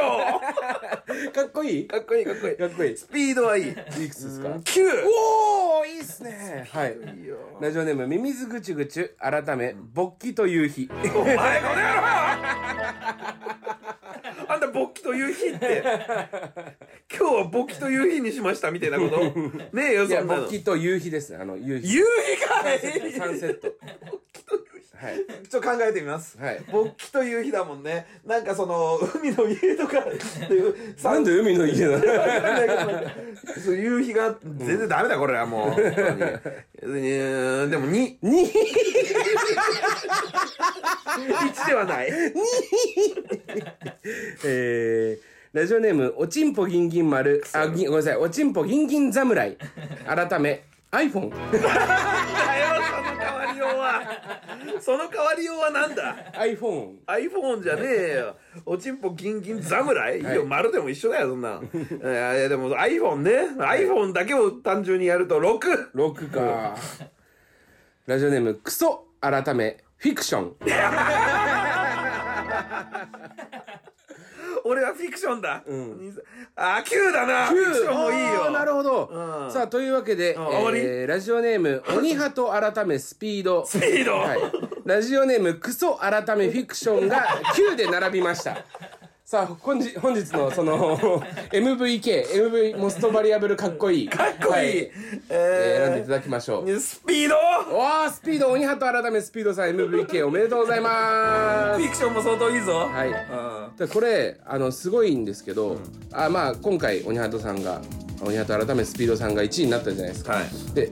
Speaker 2: かっこいいか
Speaker 1: かっこいいかっこいい。
Speaker 2: っこいい
Speaker 1: スピードはいい。
Speaker 2: いくつですか
Speaker 1: 9!
Speaker 2: おおいいっすねは
Speaker 1: い
Speaker 2: い
Speaker 1: いよ
Speaker 2: ラジオネームミミズグチュグチュ改め勃起という日
Speaker 1: お前この野郎あんた勃起という日って今日は勃起という日にしましたみたいなことねえよ
Speaker 2: いや
Speaker 1: そんなの
Speaker 2: 勃起と夕日ですねあの夕日
Speaker 1: 夕日かい
Speaker 2: サンセットはい
Speaker 1: ちょっと考えてみます、
Speaker 2: はい
Speaker 1: 勃起という日だもんねなんかその海の家とかっていう
Speaker 2: なんで海の家な の
Speaker 1: わかんないけどなんか そういう日が全然ダメだこれはもう本当にうんでも21
Speaker 2: 2
Speaker 1: では ない
Speaker 2: えー、ラジオネーム、おちんぽぎんぎん丸、あ、ぎんごめんなさい、おちんぽぎんぎん侍。改め、iPhone。
Speaker 1: だよその変わりようはその変わりようはなんだ
Speaker 2: iPhone。
Speaker 1: iPhone じゃねえ よ。おちんぽギンギン侍、い、いよ、丸でも一緒だよ、そんなの。いやいや、でも iPhone ね。iPhone だけを単純にやると 6!
Speaker 2: 6か。ラジオネーム、クソ。改め、フィクション。
Speaker 1: 俺はフィクションだ。あ、9だなフィクションもいい
Speaker 2: あー
Speaker 1: よ。
Speaker 2: なるほど。
Speaker 1: うん
Speaker 2: さあ、というわけで、え
Speaker 1: ん終わり
Speaker 2: ー、ラジオネーム、鬼ハト改め、スピード。
Speaker 1: スピード、
Speaker 2: はい。ラジオネーム、クソ改めフィクションが9で並びました。さあ、本日、本日のその、MVK、MV、モストバリアブルかっこいい。か
Speaker 1: かっこいい、
Speaker 2: えー選んで
Speaker 1: え
Speaker 2: いただきましょう。
Speaker 1: ー、スピード
Speaker 2: わあ、スピード、鬼ハト改めスピードさん MVK おめでとうございま
Speaker 1: フィクションも相当いいぞ。
Speaker 2: す。は
Speaker 1: う
Speaker 2: い。
Speaker 1: ん
Speaker 2: でこれ、あの、すごいんですけど、あ、まあ、今回、鬼ハトさんが、鬼ハト改めスピードさんが1位になったじゃないですか。
Speaker 1: はい。
Speaker 2: で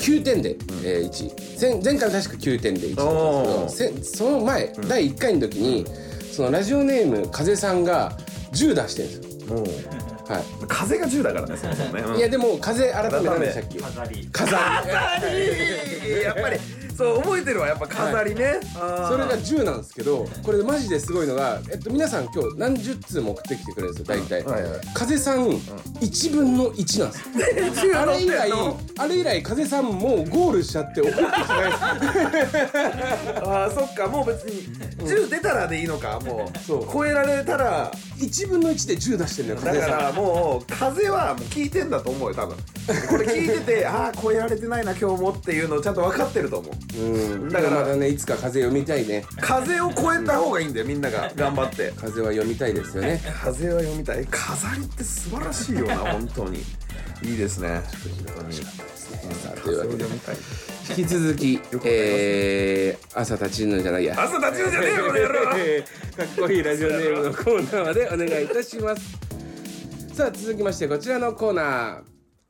Speaker 2: 9点で、えー1前前回確か9点で1だったんですけどせその前、第1回の時にそのラジオネーム風さんが10出してるんですよ、
Speaker 1: もう、
Speaker 2: はい
Speaker 1: 風が10だからね、そもそもね。うん
Speaker 2: いやでも風改め何でしたっけ
Speaker 3: 飾り
Speaker 2: 風
Speaker 1: 飾りやっぱり、そう、覚えてるわ、やっぱ飾りね。あー
Speaker 2: それが10なんですけどこれマジですごいのが、えっと、皆さん今日何十通も送ってきてくれるんですよ大体、
Speaker 1: うんはいはい
Speaker 2: 風さん、1分の1なんですよ
Speaker 1: 10
Speaker 2: あれ以来
Speaker 1: 乗ってんの
Speaker 2: あれ以来風さんもうゴールしちゃって怒ってきてないです
Speaker 1: ああそっかもう別に10出たらでいいのかもう
Speaker 2: そう
Speaker 1: 超えられたら
Speaker 2: 1分の1で10出してるのよ
Speaker 1: だ
Speaker 2: 風
Speaker 1: か
Speaker 2: さん
Speaker 1: らもう風はもう聞いてんだと思うよ多分これ聞いて てああ超えられてないな今日もっていうのをちゃんと分かってると思う
Speaker 2: うん、
Speaker 1: だ
Speaker 2: だ
Speaker 1: か
Speaker 2: かららまだねいつか風読みたいね
Speaker 1: 風を超えた方がいいんだよみんなが頑張って
Speaker 2: 風は読みたいですよね
Speaker 1: 風は読みたい飾りって素晴らしいよ な本当にいいですね
Speaker 2: さあというわけで
Speaker 1: 読みたい
Speaker 2: 引き続き、えー、朝立ちぬじ ゃないや
Speaker 1: 朝立ちるじゃねえよこの野郎
Speaker 2: えーかっこいいラジオネームのコーナーまでお願いいたしますさあ続きましてこちらのコーナー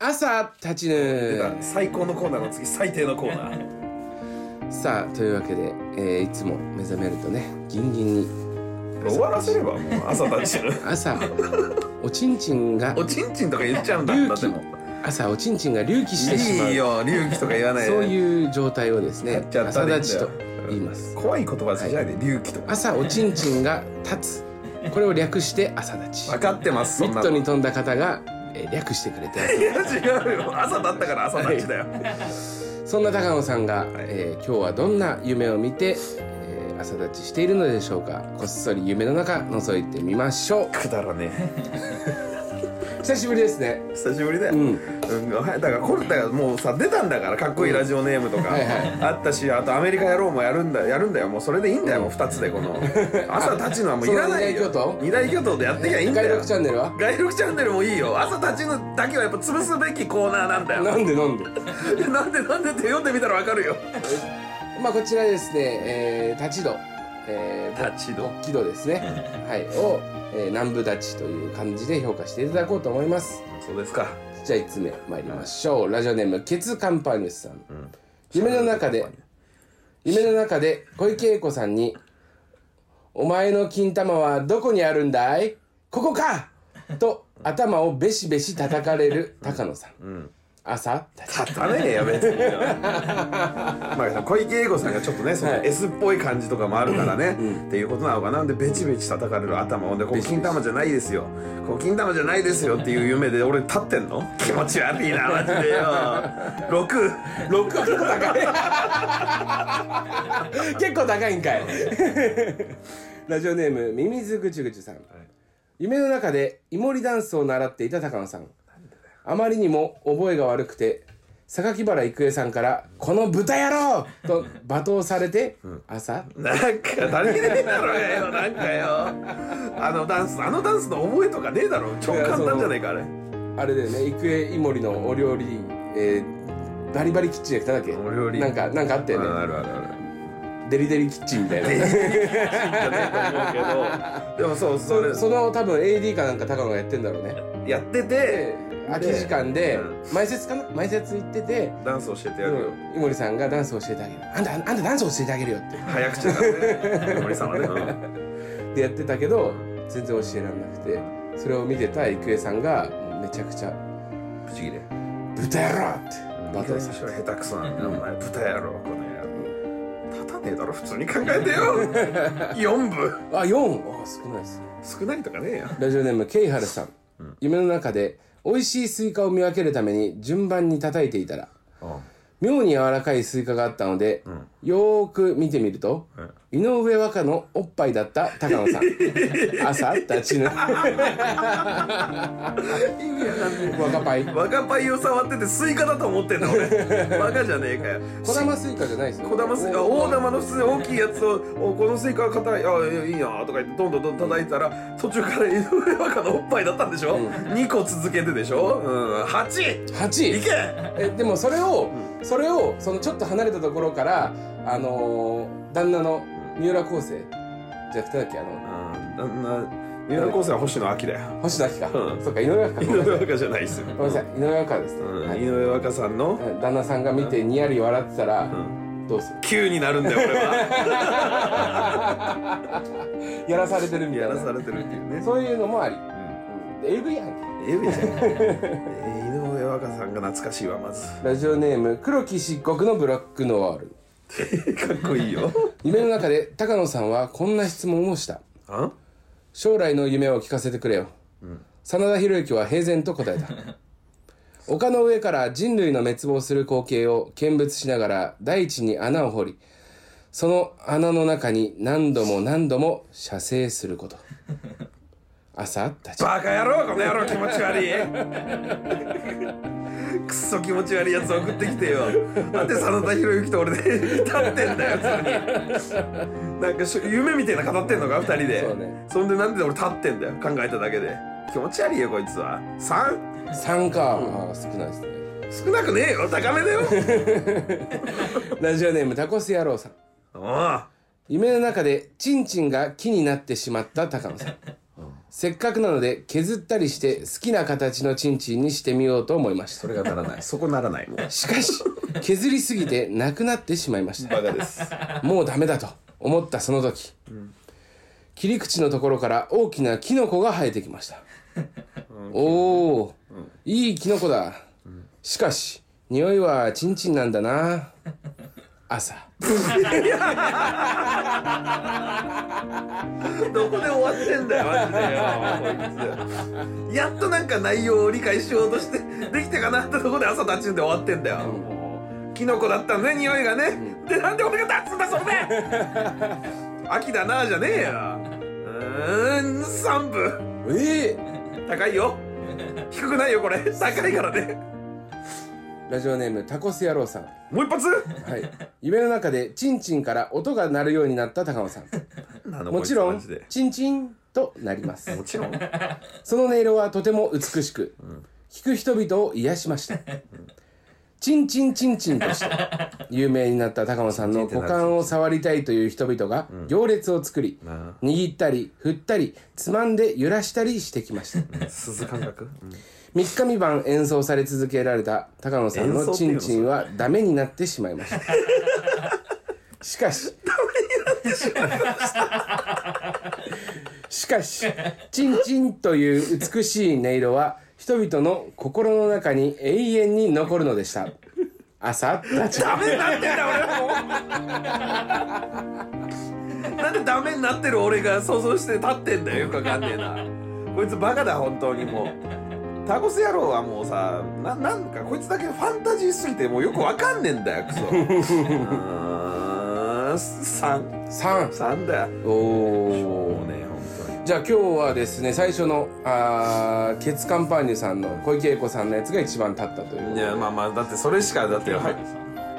Speaker 2: 朝立ちぬ
Speaker 1: 最高のコーナーの次最低のコーナ ー
Speaker 2: さあというわけで、えーいつも目覚めるとねギンギンに
Speaker 1: 終わらせればもう朝立ちる
Speaker 2: 朝おちんちんが
Speaker 1: おちんちんとか言っちゃうんだ
Speaker 2: 隆
Speaker 1: だって
Speaker 2: 起
Speaker 1: もう
Speaker 2: 朝おちんちんが隆起してしまう
Speaker 1: いいよ隆起とか言わないで
Speaker 2: そういう状態をですね
Speaker 1: 立っちゃった
Speaker 2: 朝
Speaker 1: らいいん
Speaker 2: 立
Speaker 1: だ
Speaker 2: ち
Speaker 1: よ
Speaker 2: と言います
Speaker 1: 怖い言葉じゃないで隆起とか
Speaker 2: 朝おちんちんが立つこれを略して朝立ち
Speaker 1: 分かってますそ
Speaker 2: ミ
Speaker 1: んな
Speaker 2: ッ
Speaker 1: の
Speaker 2: ト
Speaker 1: い
Speaker 2: に飛んだ方が、えー略してくれて
Speaker 1: や違うよ朝だったから朝立ちだよ
Speaker 2: そんな高野さんが、えー今日はどんな夢を見て、えー朝立ちしているのでしょうかこっそり夢の中覗いてみましょう
Speaker 1: くだらねえ
Speaker 2: 久しぶりですね
Speaker 1: 久しぶりだよ、
Speaker 2: う
Speaker 1: うん
Speaker 2: ん
Speaker 1: はいだからこれだからもうさ出たんだからかっこいいラジオネームとか、
Speaker 2: はいはい
Speaker 1: あったしあとアメリカ野郎もやるんだやるんだよもうそれでいいんだよ、もう2つでこの朝立ちのはもういらないよ
Speaker 2: その
Speaker 1: 二大巨頭でやってきゃいいんだ
Speaker 2: 外
Speaker 1: よ
Speaker 2: 録チャンネルは
Speaker 1: 外録チャンネルもいいよ朝立ちのだけはやっぱ潰すべきコーナーなんだよ
Speaker 2: なんでなんで
Speaker 1: なんでなんでって読んでみたらわかるよ
Speaker 2: まあこちらですね、えー、立ち戸、えー、
Speaker 1: 立ち戸
Speaker 2: 木戸ですねはいを、えー南部立ちという感じで評価していただこうと思います
Speaker 1: そうですか
Speaker 2: じゃあ1つ目参りましょうラジオネームケツカンパーニュスさん、
Speaker 1: ん
Speaker 2: 夢の中で夢の中で小池栄子さんに「お前の金玉はどこにあるんだいここか!」と頭をベシベシ叩かれる高野さん、朝立ち
Speaker 1: 立たねえよ別に まあ小池栄子さんがちょっとねその
Speaker 2: はい
Speaker 1: S っぽい感じとかもあるからね、っていうことなのかななんでベチベチ叩かれる頭をで「こう金玉じゃないですよこう金玉じゃないですよ」っていう夢で俺立ってんの気持ち悪いなマジでよ66
Speaker 2: 結構高いんかいラジオネームミミズぐちゅぐちゅさん、夢の中でイモリダンスを習っていた高野さんあまりにも覚えが悪くて榊原郁恵さんから「この豚野郎!」 と罵倒されて、朝
Speaker 1: なんか誰にねえだろよなんかよあのダンスあのダンスの覚えとかねえだろ超簡単じゃねえかあれ
Speaker 2: あれだよね郁恵イモリのお料理、えーバリバリキッチンやっただっけ
Speaker 1: お料理
Speaker 2: なんかなんかあったよね
Speaker 1: あるあるある
Speaker 2: デリデリキッチンみたいな
Speaker 1: けどでもそうそれ
Speaker 2: その多分 AD かなんか高野がやってんだろうね
Speaker 1: やって
Speaker 2: で
Speaker 1: て
Speaker 2: 空き時間で
Speaker 1: う
Speaker 2: 前説かな前説行ってて
Speaker 1: ダンスを教えてやるよ
Speaker 2: うん井森さんがダンスを教えてあげるあんたあんたダンス教えてあげるよって
Speaker 1: 早口だね森さんは ねうん
Speaker 2: でやってたけど全然教えられなくてそれを見てた郁恵さんがもうめちゃくちゃ
Speaker 1: 不思議で
Speaker 2: 「豚野郎!」ってバトルさ
Speaker 1: 下手くそなんだよお前豚やろこの野郎立たねえだろ普通に考えてよ 4部
Speaker 2: あ四4あ少ないですね
Speaker 1: 少ないとかねえよ
Speaker 2: ラジオネームケイハルさん、夢の中で美味しいスイカを見分けるために順番に叩いていたら妙に柔らかいスイカがあったので、よーく見てみると、井上和歌のおっぱいだった高野さん 朝立ちぬ
Speaker 1: 意味わかんね
Speaker 2: 若パ
Speaker 1: え
Speaker 2: イ
Speaker 1: 若パイを触っててスイカだと思ってんの俺 バカじゃねえかよ
Speaker 2: 小玉スイカじゃないですよ
Speaker 1: 小玉スイカ大玉の普通に大きいやつを「おこのスイカは硬いあいやいいな」とか言ってどんどんどんどん叩いてたら途中から井上和歌のおっぱいだったんでしょ、2個続けてでしょ、うん、8!
Speaker 2: 八
Speaker 1: いけ
Speaker 2: えでもそれを、それをそのちょっと離れたところからあのー旦那の三浦康生じゃなくてだっけあの
Speaker 1: うんなな三浦昴生は星野明だ よ
Speaker 2: 星野明か、
Speaker 1: うん
Speaker 2: そっか井上和歌
Speaker 1: 井
Speaker 2: ごめんな
Speaker 1: 上
Speaker 2: さい
Speaker 1: 和歌じゃないですよ、
Speaker 2: ごめんなさい井上和歌ですね、
Speaker 1: うん
Speaker 2: はい
Speaker 1: 井上和歌さんの
Speaker 2: うん旦那さんが見てにやり笑ってたら、どうする
Speaker 1: 9になるんだよ俺は
Speaker 2: やらされてるみた
Speaker 1: や
Speaker 2: い
Speaker 1: ら
Speaker 2: な
Speaker 1: されてるっていうね
Speaker 2: そういうのもあり、
Speaker 1: ん
Speaker 2: うんで AV やんけ
Speaker 1: えみた いなえ井上和歌さんが懐かしいわまず
Speaker 2: ラジオネーム黒木漆黒のブラックノワール
Speaker 1: かっこいい よ
Speaker 2: 夢の中で高野さんはこんな質問をした
Speaker 1: あ
Speaker 2: 将来の夢を聞かせてくれよ、真田広之は平然と答えた 丘の上から人類の滅亡する光景を見物しながら大地に穴を掘りその穴の中に何度も何度も射精すること 朝立ち
Speaker 1: バカ野郎この野郎気持ち 悪いくっそ気持ち悪いやつ送ってきてよなんで真田広之と俺で 立ってんだよ普通になんかし夢みたいな語ってんのか2人で
Speaker 2: そうね
Speaker 1: そんでなんで俺立ってんだよ考えただけで気持ち悪いよこいつは 3?
Speaker 2: 3か、あー少ないですね
Speaker 1: 少なくねえよ高めだ よ
Speaker 2: ラジオネームタコス野郎さん
Speaker 1: おう
Speaker 2: 夢の中でチンチンが木になってしまった高野さんせっかくなので削ったりして好きな形のチンチンにしてみようと思いまし
Speaker 1: そ
Speaker 2: た
Speaker 1: れがならないそこならないもう
Speaker 2: しかし削りすぎてなくなってしまいました
Speaker 1: バカです
Speaker 2: もうダメだと思ったその時、切り口のところから大きなキノコが生えてきましたおお、いいキノコだ、しかし匂いはチンチンなんだな朝
Speaker 1: どこで終わってんだよマジでよやっとなんか内容を理解しようとしてできたかなってとこで朝立ちんで終わってんだよ、キノコだったね匂いがね、でなんで俺が立つんだそこで秋だなじゃねえようーん3分
Speaker 2: ええ
Speaker 1: 高いよ低くないよこれ高いからね
Speaker 2: ラジオネームタコス野郎さん
Speaker 1: もう一発
Speaker 2: はい夢の中でチンチンから音が鳴るようになった高尾さん
Speaker 1: なんだ
Speaker 2: もちろ
Speaker 1: こい
Speaker 2: ん
Speaker 1: つマジで
Speaker 2: チンチンとなります
Speaker 1: もちろん
Speaker 2: その音色はとても美しく、聞く人々を癒しました。チンチンチンチンと して有名になった高野さんの股間を触りたいという人々が行列を作り、
Speaker 1: な
Speaker 2: 握ったり振ったりつまんで揺らしたりしてきました。
Speaker 1: あ鈴感覚、
Speaker 2: 3日三晩演奏され続けられた高野さん
Speaker 1: 演奏
Speaker 2: の
Speaker 1: って
Speaker 2: チ
Speaker 1: いう
Speaker 2: ン
Speaker 1: の
Speaker 2: チンはダメになってしまい ました。しかし、しかし、チンチンという美しい音色は、人々の心の中に永遠に残るのでした。朝立ち、
Speaker 1: ダメになってんだ俺 もうなんでダメになってる俺が想像して立ってんだよよくわかんねえなこいつバカだ本当にもうタコス野郎はもうさななんかこいつだけファンタジーすぎてもうよくわかんねえんだよクソ うーん三
Speaker 2: 三。
Speaker 1: 三だよ
Speaker 2: お
Speaker 1: も
Speaker 2: お
Speaker 1: う。ね本当に
Speaker 2: じゃあ今日はですね、最初の、あーケツカンパーニュさんの小池栄子さんのやつが一番立ったという。
Speaker 1: いやまあまあだってそれしかだってはい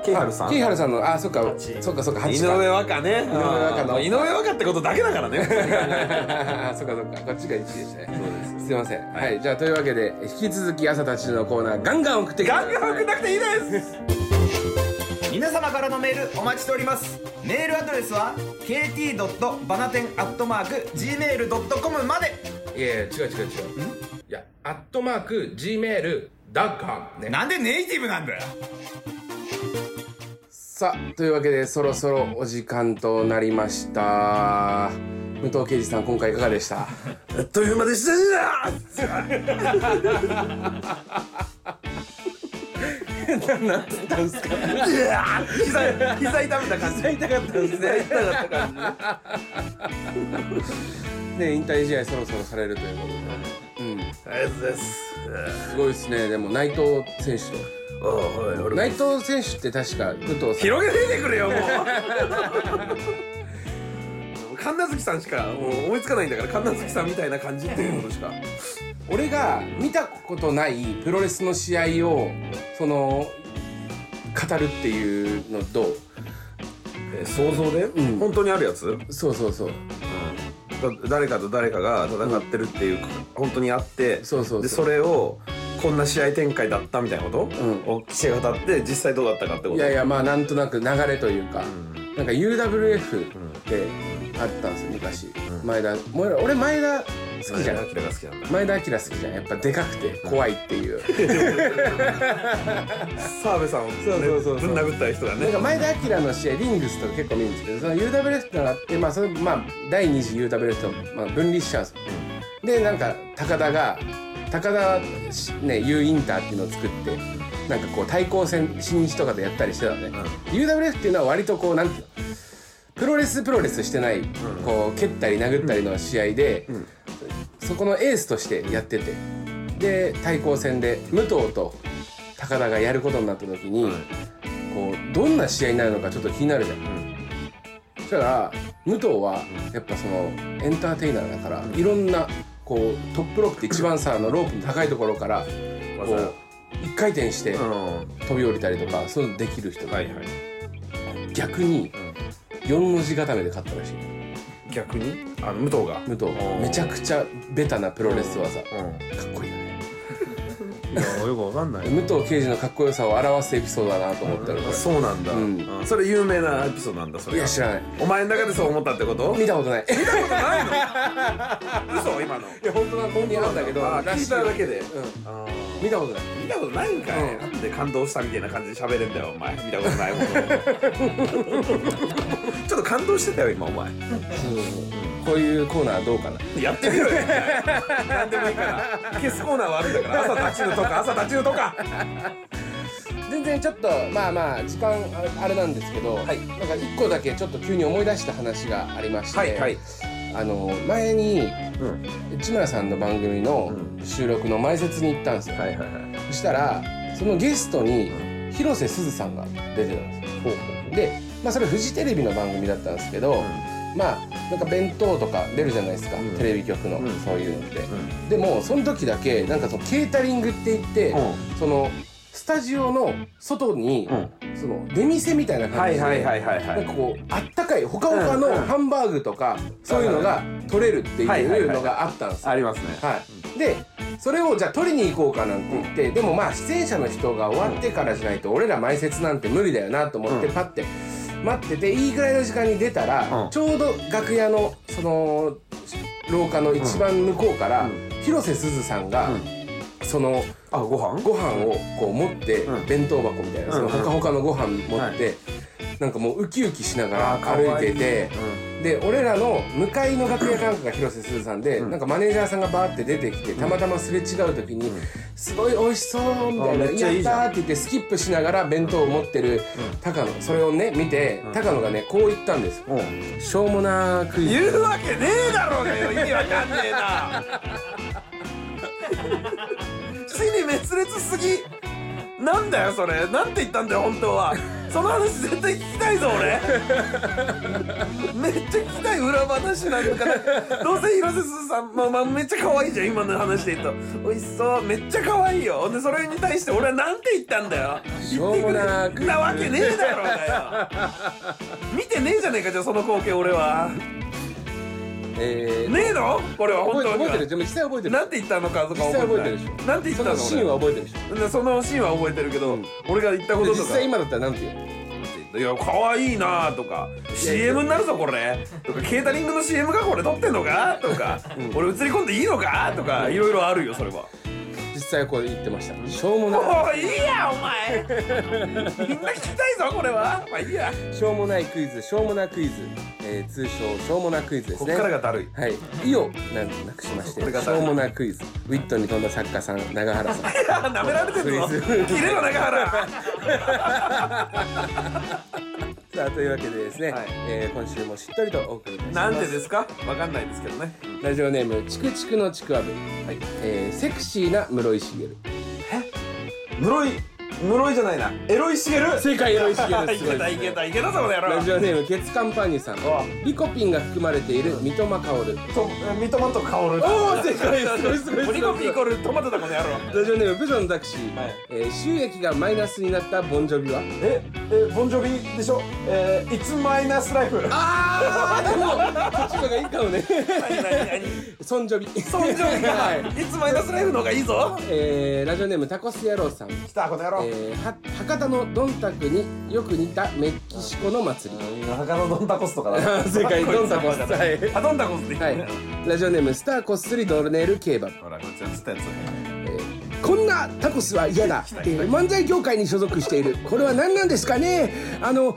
Speaker 1: ケイハルさん
Speaker 2: ケイハルさんの、あー、そっか、そっかそっか、
Speaker 1: 井
Speaker 2: 八か
Speaker 1: 上和歌ね井
Speaker 2: 上和歌の
Speaker 1: 井上和歌ってことだけだからね普通に考えたら
Speaker 2: あーそっかそっかこっちが1位でしたね
Speaker 1: そうです
Speaker 2: すいませんはい、じゃあというわけで引き続き朝たちのコーナーガンガン送ってくだ
Speaker 1: ガン
Speaker 2: さい
Speaker 1: ガン送んなくていいです
Speaker 3: 皆様からのメールお待ちしておりますメールアドレスは kt. バナテンアットマーク gmail.com まで
Speaker 2: いやいや違う違う違ういやアットマーク Gmail ダガンね
Speaker 3: なんでネイティブなんだよ
Speaker 2: さあというわけでそろそろお時間となりました武藤敬司さん今回いかがでした
Speaker 1: あっという間でしたじゃあ
Speaker 2: 何つったんですか
Speaker 1: うわー膝膝痛めた感じ膝痛かったですね痛かった感じ
Speaker 2: ね引退試合そろそろされるということで
Speaker 1: ありがとうございます
Speaker 2: すごいですねでも内藤選 手
Speaker 1: おうおい
Speaker 2: と
Speaker 1: 俺
Speaker 2: 内藤選手って確か武藤さん
Speaker 1: 広げていてくれよもう神奈月さんしかもう思いつかないんだから神奈月さんみたいな感じっていうことしか
Speaker 2: 俺が見たことないプロレスの試合をその語るっていうのどう
Speaker 1: えー想像で、
Speaker 2: ん
Speaker 1: 本当にあるやつ、
Speaker 2: そうそうそう
Speaker 1: だ誰かと誰かが戦ってるっていう、本当にあって
Speaker 2: そうそうそう
Speaker 1: でそれをこんな試合展開だったみたいなこと、
Speaker 2: ん
Speaker 1: を記者が立って実際どうだったかってこと
Speaker 2: いやいやまあなんとなく流れというか、なんか UWF ってあったんですよ昔、前田もう俺前田好きじゃ
Speaker 1: ア
Speaker 2: ん
Speaker 1: キラが好きなんだ
Speaker 2: 前田明好きじゃんやっぱでかくて怖いっていう、
Speaker 1: 澤部さんをね
Speaker 2: そうそうそうそう
Speaker 1: ぶん殴った人だ
Speaker 2: なん
Speaker 1: ね
Speaker 2: か前田明の試合リングスとか結構見るんですけどその UWF ってのがあってまあそれまあ第二次 UWF とまあ分離しちゃうんですよ、でなんか高田が高田しね U インターっていうのを作ってなんかこう対抗戦新日とかでやったりしてたのね、UWF っていうのは割とこうなんていうのプロレスプロレスしてない、こう蹴ったり殴ったりの試合で、そこのエースとしてやっててで対抗戦で武藤と高田がやることになった時に、こうどんな試合になるのかちょっと気になるじゃん、そしたら武藤はやっぱそのエンターテイナーだから、いろんなこうトップロックって一番さあのロープの高いところからこ
Speaker 1: 技
Speaker 2: う一回転して
Speaker 1: うんは
Speaker 2: 飛び降りたりとかそういうのできる人
Speaker 1: い
Speaker 2: が、
Speaker 1: はい
Speaker 2: 逆に4の字固めで勝ったらしい
Speaker 1: 逆にあの武藤が
Speaker 2: 武藤
Speaker 1: おー
Speaker 2: めちゃくちゃベタなプロレス技かっ
Speaker 1: うん
Speaker 2: こいいよね
Speaker 1: いやよくわかんない
Speaker 2: 武藤刑事のかっこよさを表すエピソードだなと思ったのこれ
Speaker 1: そうなんだ、
Speaker 2: うん
Speaker 1: あそれ有名なエピソードなんだそれ
Speaker 2: い
Speaker 1: が
Speaker 2: や知らない
Speaker 1: お前の中でそう思ったってこと
Speaker 2: 見たことないい
Speaker 1: 嘘今の
Speaker 2: や本当はここにあるんだけど
Speaker 1: あー
Speaker 2: らし
Speaker 1: 聞いただけで、
Speaker 2: うん
Speaker 1: あ
Speaker 2: 見たことない
Speaker 1: ー見たことないんかい、
Speaker 2: うん
Speaker 1: なんで感動したみたいな感じで喋れんだよお前見たことないもの ちょっと感動してたよ今お前
Speaker 2: こういうコーナーどうかな
Speaker 1: やってみろよ何でもいいから消すコーナーはあるんだから朝立ちぬとか朝立ちぬとか
Speaker 2: 全然ちょっとまあまあ時間ああれなんですけど、なんか一個だけちょっと急に思い出した話がありまして、
Speaker 1: はいはい
Speaker 2: あの前に
Speaker 1: うん
Speaker 2: 内村さんの番組の収録の前説に行ったんですよ、
Speaker 1: はいはいはい
Speaker 2: そしたらそのゲストに広瀬すずさんが出てたんですよで、まあ、それフジテレビの番組だったんですけど、まあなんか弁当とか出るじゃないですか、
Speaker 1: ん
Speaker 2: テレビ局の、
Speaker 1: ん
Speaker 2: そういうのって、
Speaker 1: ん
Speaker 2: でもその時だけなんかそのケータリングって言って、
Speaker 1: う
Speaker 2: そのスタジオの外に、その出店みたいな
Speaker 1: は
Speaker 2: 感じ
Speaker 1: い
Speaker 2: で、
Speaker 1: はいはいはいは
Speaker 2: なん
Speaker 1: い
Speaker 2: かこうあったかいほかほかの
Speaker 1: うんうん
Speaker 2: ハンバーグとか、そういうのが取れるって
Speaker 1: はいはい
Speaker 2: い
Speaker 1: は
Speaker 2: う
Speaker 1: い
Speaker 2: のがあったんですよ
Speaker 1: ありますね
Speaker 2: はい、でそれをじゃあ取りに行こうかなんて言って、でもまあ出演者の人が終わってからじゃないと俺ら埋設なんて無理だよなと思って
Speaker 1: うん
Speaker 2: パッて待ってていいぐらいの時間に出たら、
Speaker 1: うん
Speaker 2: ちょうど楽屋のその廊下の一番向こうから、
Speaker 1: うん
Speaker 2: 広瀬すずさんが、
Speaker 1: うん
Speaker 2: その
Speaker 1: あご飯
Speaker 2: ご飯をこう持って、
Speaker 1: うん
Speaker 2: 弁当箱みたいなその
Speaker 1: うん
Speaker 2: ほかほかのご飯持って、
Speaker 1: は
Speaker 2: なんかもうウキウキしなが
Speaker 1: あ
Speaker 2: ら
Speaker 1: 可
Speaker 2: 歩
Speaker 1: 愛
Speaker 2: いてて。
Speaker 1: うん
Speaker 2: で俺らの向かいの楽屋かなんかが広瀬すずさんで、
Speaker 1: うん
Speaker 2: なんかマネージャーさんがバーって出てきてたまたますれ違う時に、すごい美味しそうみたいな「
Speaker 1: あめっちゃい
Speaker 2: や
Speaker 1: い
Speaker 2: っ
Speaker 1: じ
Speaker 2: た
Speaker 1: ゃん
Speaker 2: ー」って言ってスキップしながら弁当を持ってる高野それをね見て高野がねこう言ったんですよ
Speaker 1: うん
Speaker 2: 「しょうもなクイズ
Speaker 1: 言うわけねえだろうがよ意味わかんねえな死に滅裂すぎなんだよそれなんて言ったんだよ本当はその話絶対聞きたいぞ俺めっちゃ聞きたい裏話なんだからどうせ広瀬すずさん、まあ、まあめっちゃ可愛いじゃん今の話で言うと美味しそうめっちゃ可愛いよでそれに対して俺はなんて言ったんだよ
Speaker 2: しょうもなクイズ
Speaker 1: なわけねえだろうがよ見てねえじゃねえかじゃあその光景俺は」
Speaker 2: えー
Speaker 1: ねえのこれは本
Speaker 2: 覚え
Speaker 1: 当
Speaker 2: 覚えて
Speaker 1: に
Speaker 2: るでも実際覚えてる
Speaker 1: なんて言ったのかとか
Speaker 2: 実際覚えてるでしょ
Speaker 1: なんて言っ
Speaker 2: そ
Speaker 1: た
Speaker 2: の
Speaker 1: の
Speaker 2: シーンは覚えてるでしょ
Speaker 1: 俺そのシーンは覚えてるけど、
Speaker 2: うん
Speaker 1: 俺が言ったこ
Speaker 2: で
Speaker 1: と
Speaker 2: 実
Speaker 1: とか
Speaker 2: 際今だったらなんて言う
Speaker 1: いや可愛いなとか CM になるぞこれとかケータリングの CM がこれ撮ってんのかとか、俺映り込んでいいのかとかいろいろあるよそれは
Speaker 2: 実際こう言ってました「しょうもな
Speaker 1: もういいやお前みんな聞きたいぞこれはまあいいや
Speaker 2: しょうもないクイズしょうもなクイズ」えー通称「しょうもなクイズ」です
Speaker 1: こっ
Speaker 2: ね
Speaker 1: からがだるい
Speaker 2: はい、意をななくしまして
Speaker 1: これが
Speaker 2: しょうもなクイズウィットに富んだ作家さん永原さん
Speaker 1: いや 舐められてるぞ
Speaker 2: クイズ
Speaker 1: 切れろ中 原
Speaker 2: さあというわけでですね、
Speaker 1: はい
Speaker 2: えー今週もしっとりとお送りいたします
Speaker 1: なんでですかわかんないですけどね
Speaker 2: ラジオネームチクチクのちくわぶ、はいえーセクシーな室井茂
Speaker 1: 室井室井じゃないなエロいしげる
Speaker 2: 正解室井
Speaker 1: い
Speaker 2: 茂ですご
Speaker 1: け
Speaker 2: い
Speaker 1: た
Speaker 2: で
Speaker 1: い
Speaker 2: す
Speaker 1: け
Speaker 2: ね
Speaker 1: たいけたぞこの野郎
Speaker 2: ラジオネームケツカンパニーさんリコピンが含まれている三笘薫
Speaker 1: と三笘と薫
Speaker 2: おお正解ですごいすごいすごい
Speaker 1: 鬼コピイコールトマトだこの野郎
Speaker 2: ラジオネームプジョンザクシー、
Speaker 1: はい
Speaker 2: えー収益がマイナスになったボンジョビは
Speaker 1: ええボンジョビでしょえー、It's Minus Life あ
Speaker 2: あーでもこっちの方がいいかもね
Speaker 1: 何何何
Speaker 2: ソンジョビ
Speaker 1: そんじょうが
Speaker 2: はい
Speaker 1: It's Minus Life の方がいいぞ
Speaker 2: えーラジオネームタコス野郎さん、え
Speaker 1: 来たこの野郎、
Speaker 2: ーは博多のドンタクによく似たメキシコの祭り
Speaker 1: 博多のドンタコスとかだ
Speaker 2: 正解ドンタコスはい
Speaker 1: あドンタコスでいい、
Speaker 2: はいラジオネームスターコスリドルネール競馬、
Speaker 1: ほらこいつやってたやつ
Speaker 2: えーこんなタコスは嫌だ、えー漫才業界に所属しているこれは何なんですかねあの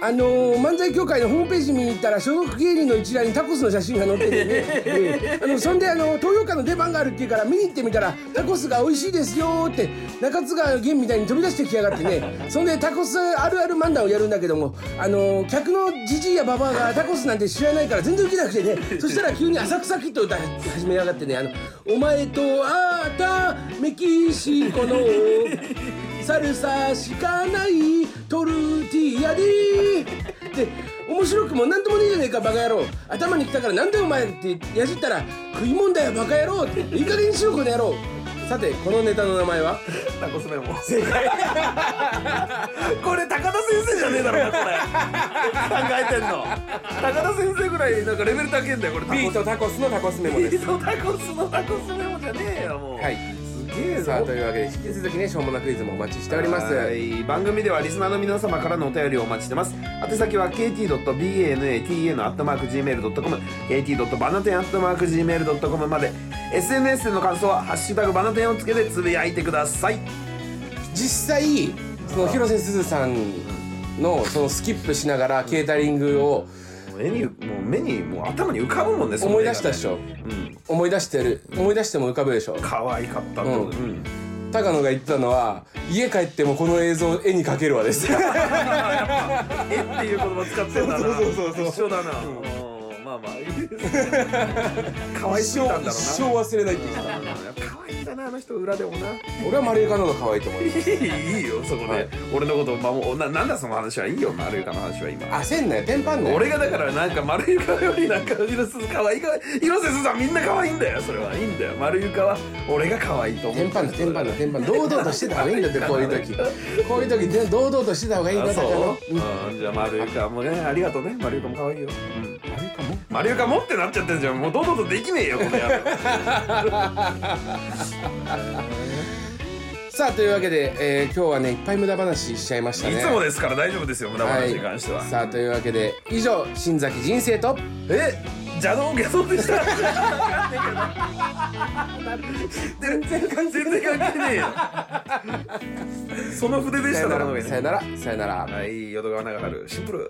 Speaker 2: あのー漫才協会のホームページ見に行ったら所属芸人の一覧にタコスの写真が載っててね、えーあのそんであの東洋館の出番があるっていうから見に行ってみたらタコスが美味しいですよーって中津川源みたいに飛び出してきやがってねそんでタコスあるある漫談をやるんだけどもあのー客のじじいやばばあがタコスなんて知らないから全然ウケなく てねそしたら急に浅草キッドを歌い始めやがってねあのお前とあたメキシコのサルサしかないトルティーヤでで面白くもなんともねえじゃねえかバカ野郎頭に来たからなんだよお前ってやじったら食いもんだよバカ野郎っていい加減にしろこの野郎さてこのネタの名前は
Speaker 1: タコスメモ正解これ高田先生じゃねえだろうなこれ考えてんの高田先生ぐらいなんかレベル高いんだよこれタコス
Speaker 2: タコスのタコスメ
Speaker 1: ビートタコスのタコスメモじゃねえよもう、
Speaker 2: はい
Speaker 1: すげげえ
Speaker 2: さあ
Speaker 1: ぞ
Speaker 2: というわけで引き続きねしょうもなクイズもお待ちしております
Speaker 1: はい番組ではリスナーの皆様からのお便りをお待ちしてます宛先は kt.banatan.gmail.com kt.banatan.gmail.com まで SNS での感想は「ハッシュタグバナテン」をつけてつぶやいてください
Speaker 2: 実際その広瀬すずさんのそのスキップしながらケータリングを
Speaker 1: 目にもう目にもう頭に浮かぶもんねその
Speaker 2: 思い出したでし
Speaker 1: ょ
Speaker 2: ょ
Speaker 1: うん
Speaker 2: 思い出してる思い出しても浮かぶでしょ
Speaker 1: 可愛かったってことでうん
Speaker 2: 高野が言ってたのは家帰ってもこの映像を絵に描けるわです
Speaker 1: えっていう言葉使ってんだな
Speaker 2: そうそうそうそう
Speaker 1: 一緒だなうんまあまあいいですね可愛すぎたんだろうな
Speaker 2: 一生忘れないって言ってた
Speaker 1: 可愛いんだなあの人裏でもな
Speaker 2: 俺は丸床の方が可愛いと思います
Speaker 1: いいよそこで、
Speaker 2: はい
Speaker 1: 俺のことを守ななんだその話はいいよ丸床の話は今
Speaker 2: 焦んなよテンパんなよ
Speaker 1: 俺がだからなんか丸床よりなんか広瀬すず可愛いか広瀬すずさんみんな可愛いんだよそれはいいんだよ丸床は俺が可愛いと思う
Speaker 2: テンパんなテンパんなテンパんな堂々としてた方がいいんだってこういう時こういう時で堂々としてた方がいいん
Speaker 1: あ
Speaker 2: だか
Speaker 1: そ
Speaker 2: ら
Speaker 1: う、うん、じゃあ丸床もねありがとうね丸床も可愛いよ、うん、丸床もってなっちゃってるじゃんもうどうどうとできねえよこの 野郎
Speaker 2: さあというわけで、えー今日はねいっぱい無駄話しちゃいました
Speaker 1: い
Speaker 2: ね
Speaker 1: つもですから大丈夫ですよ無駄話に関しては、
Speaker 2: い、さあというわけで以上新崎人生と
Speaker 1: え邪道下そうでした全然関係ねえよその筆でし
Speaker 2: さ
Speaker 1: た
Speaker 2: よな
Speaker 1: だろ
Speaker 2: らさよならさよなら
Speaker 1: はい淀川長春シンプル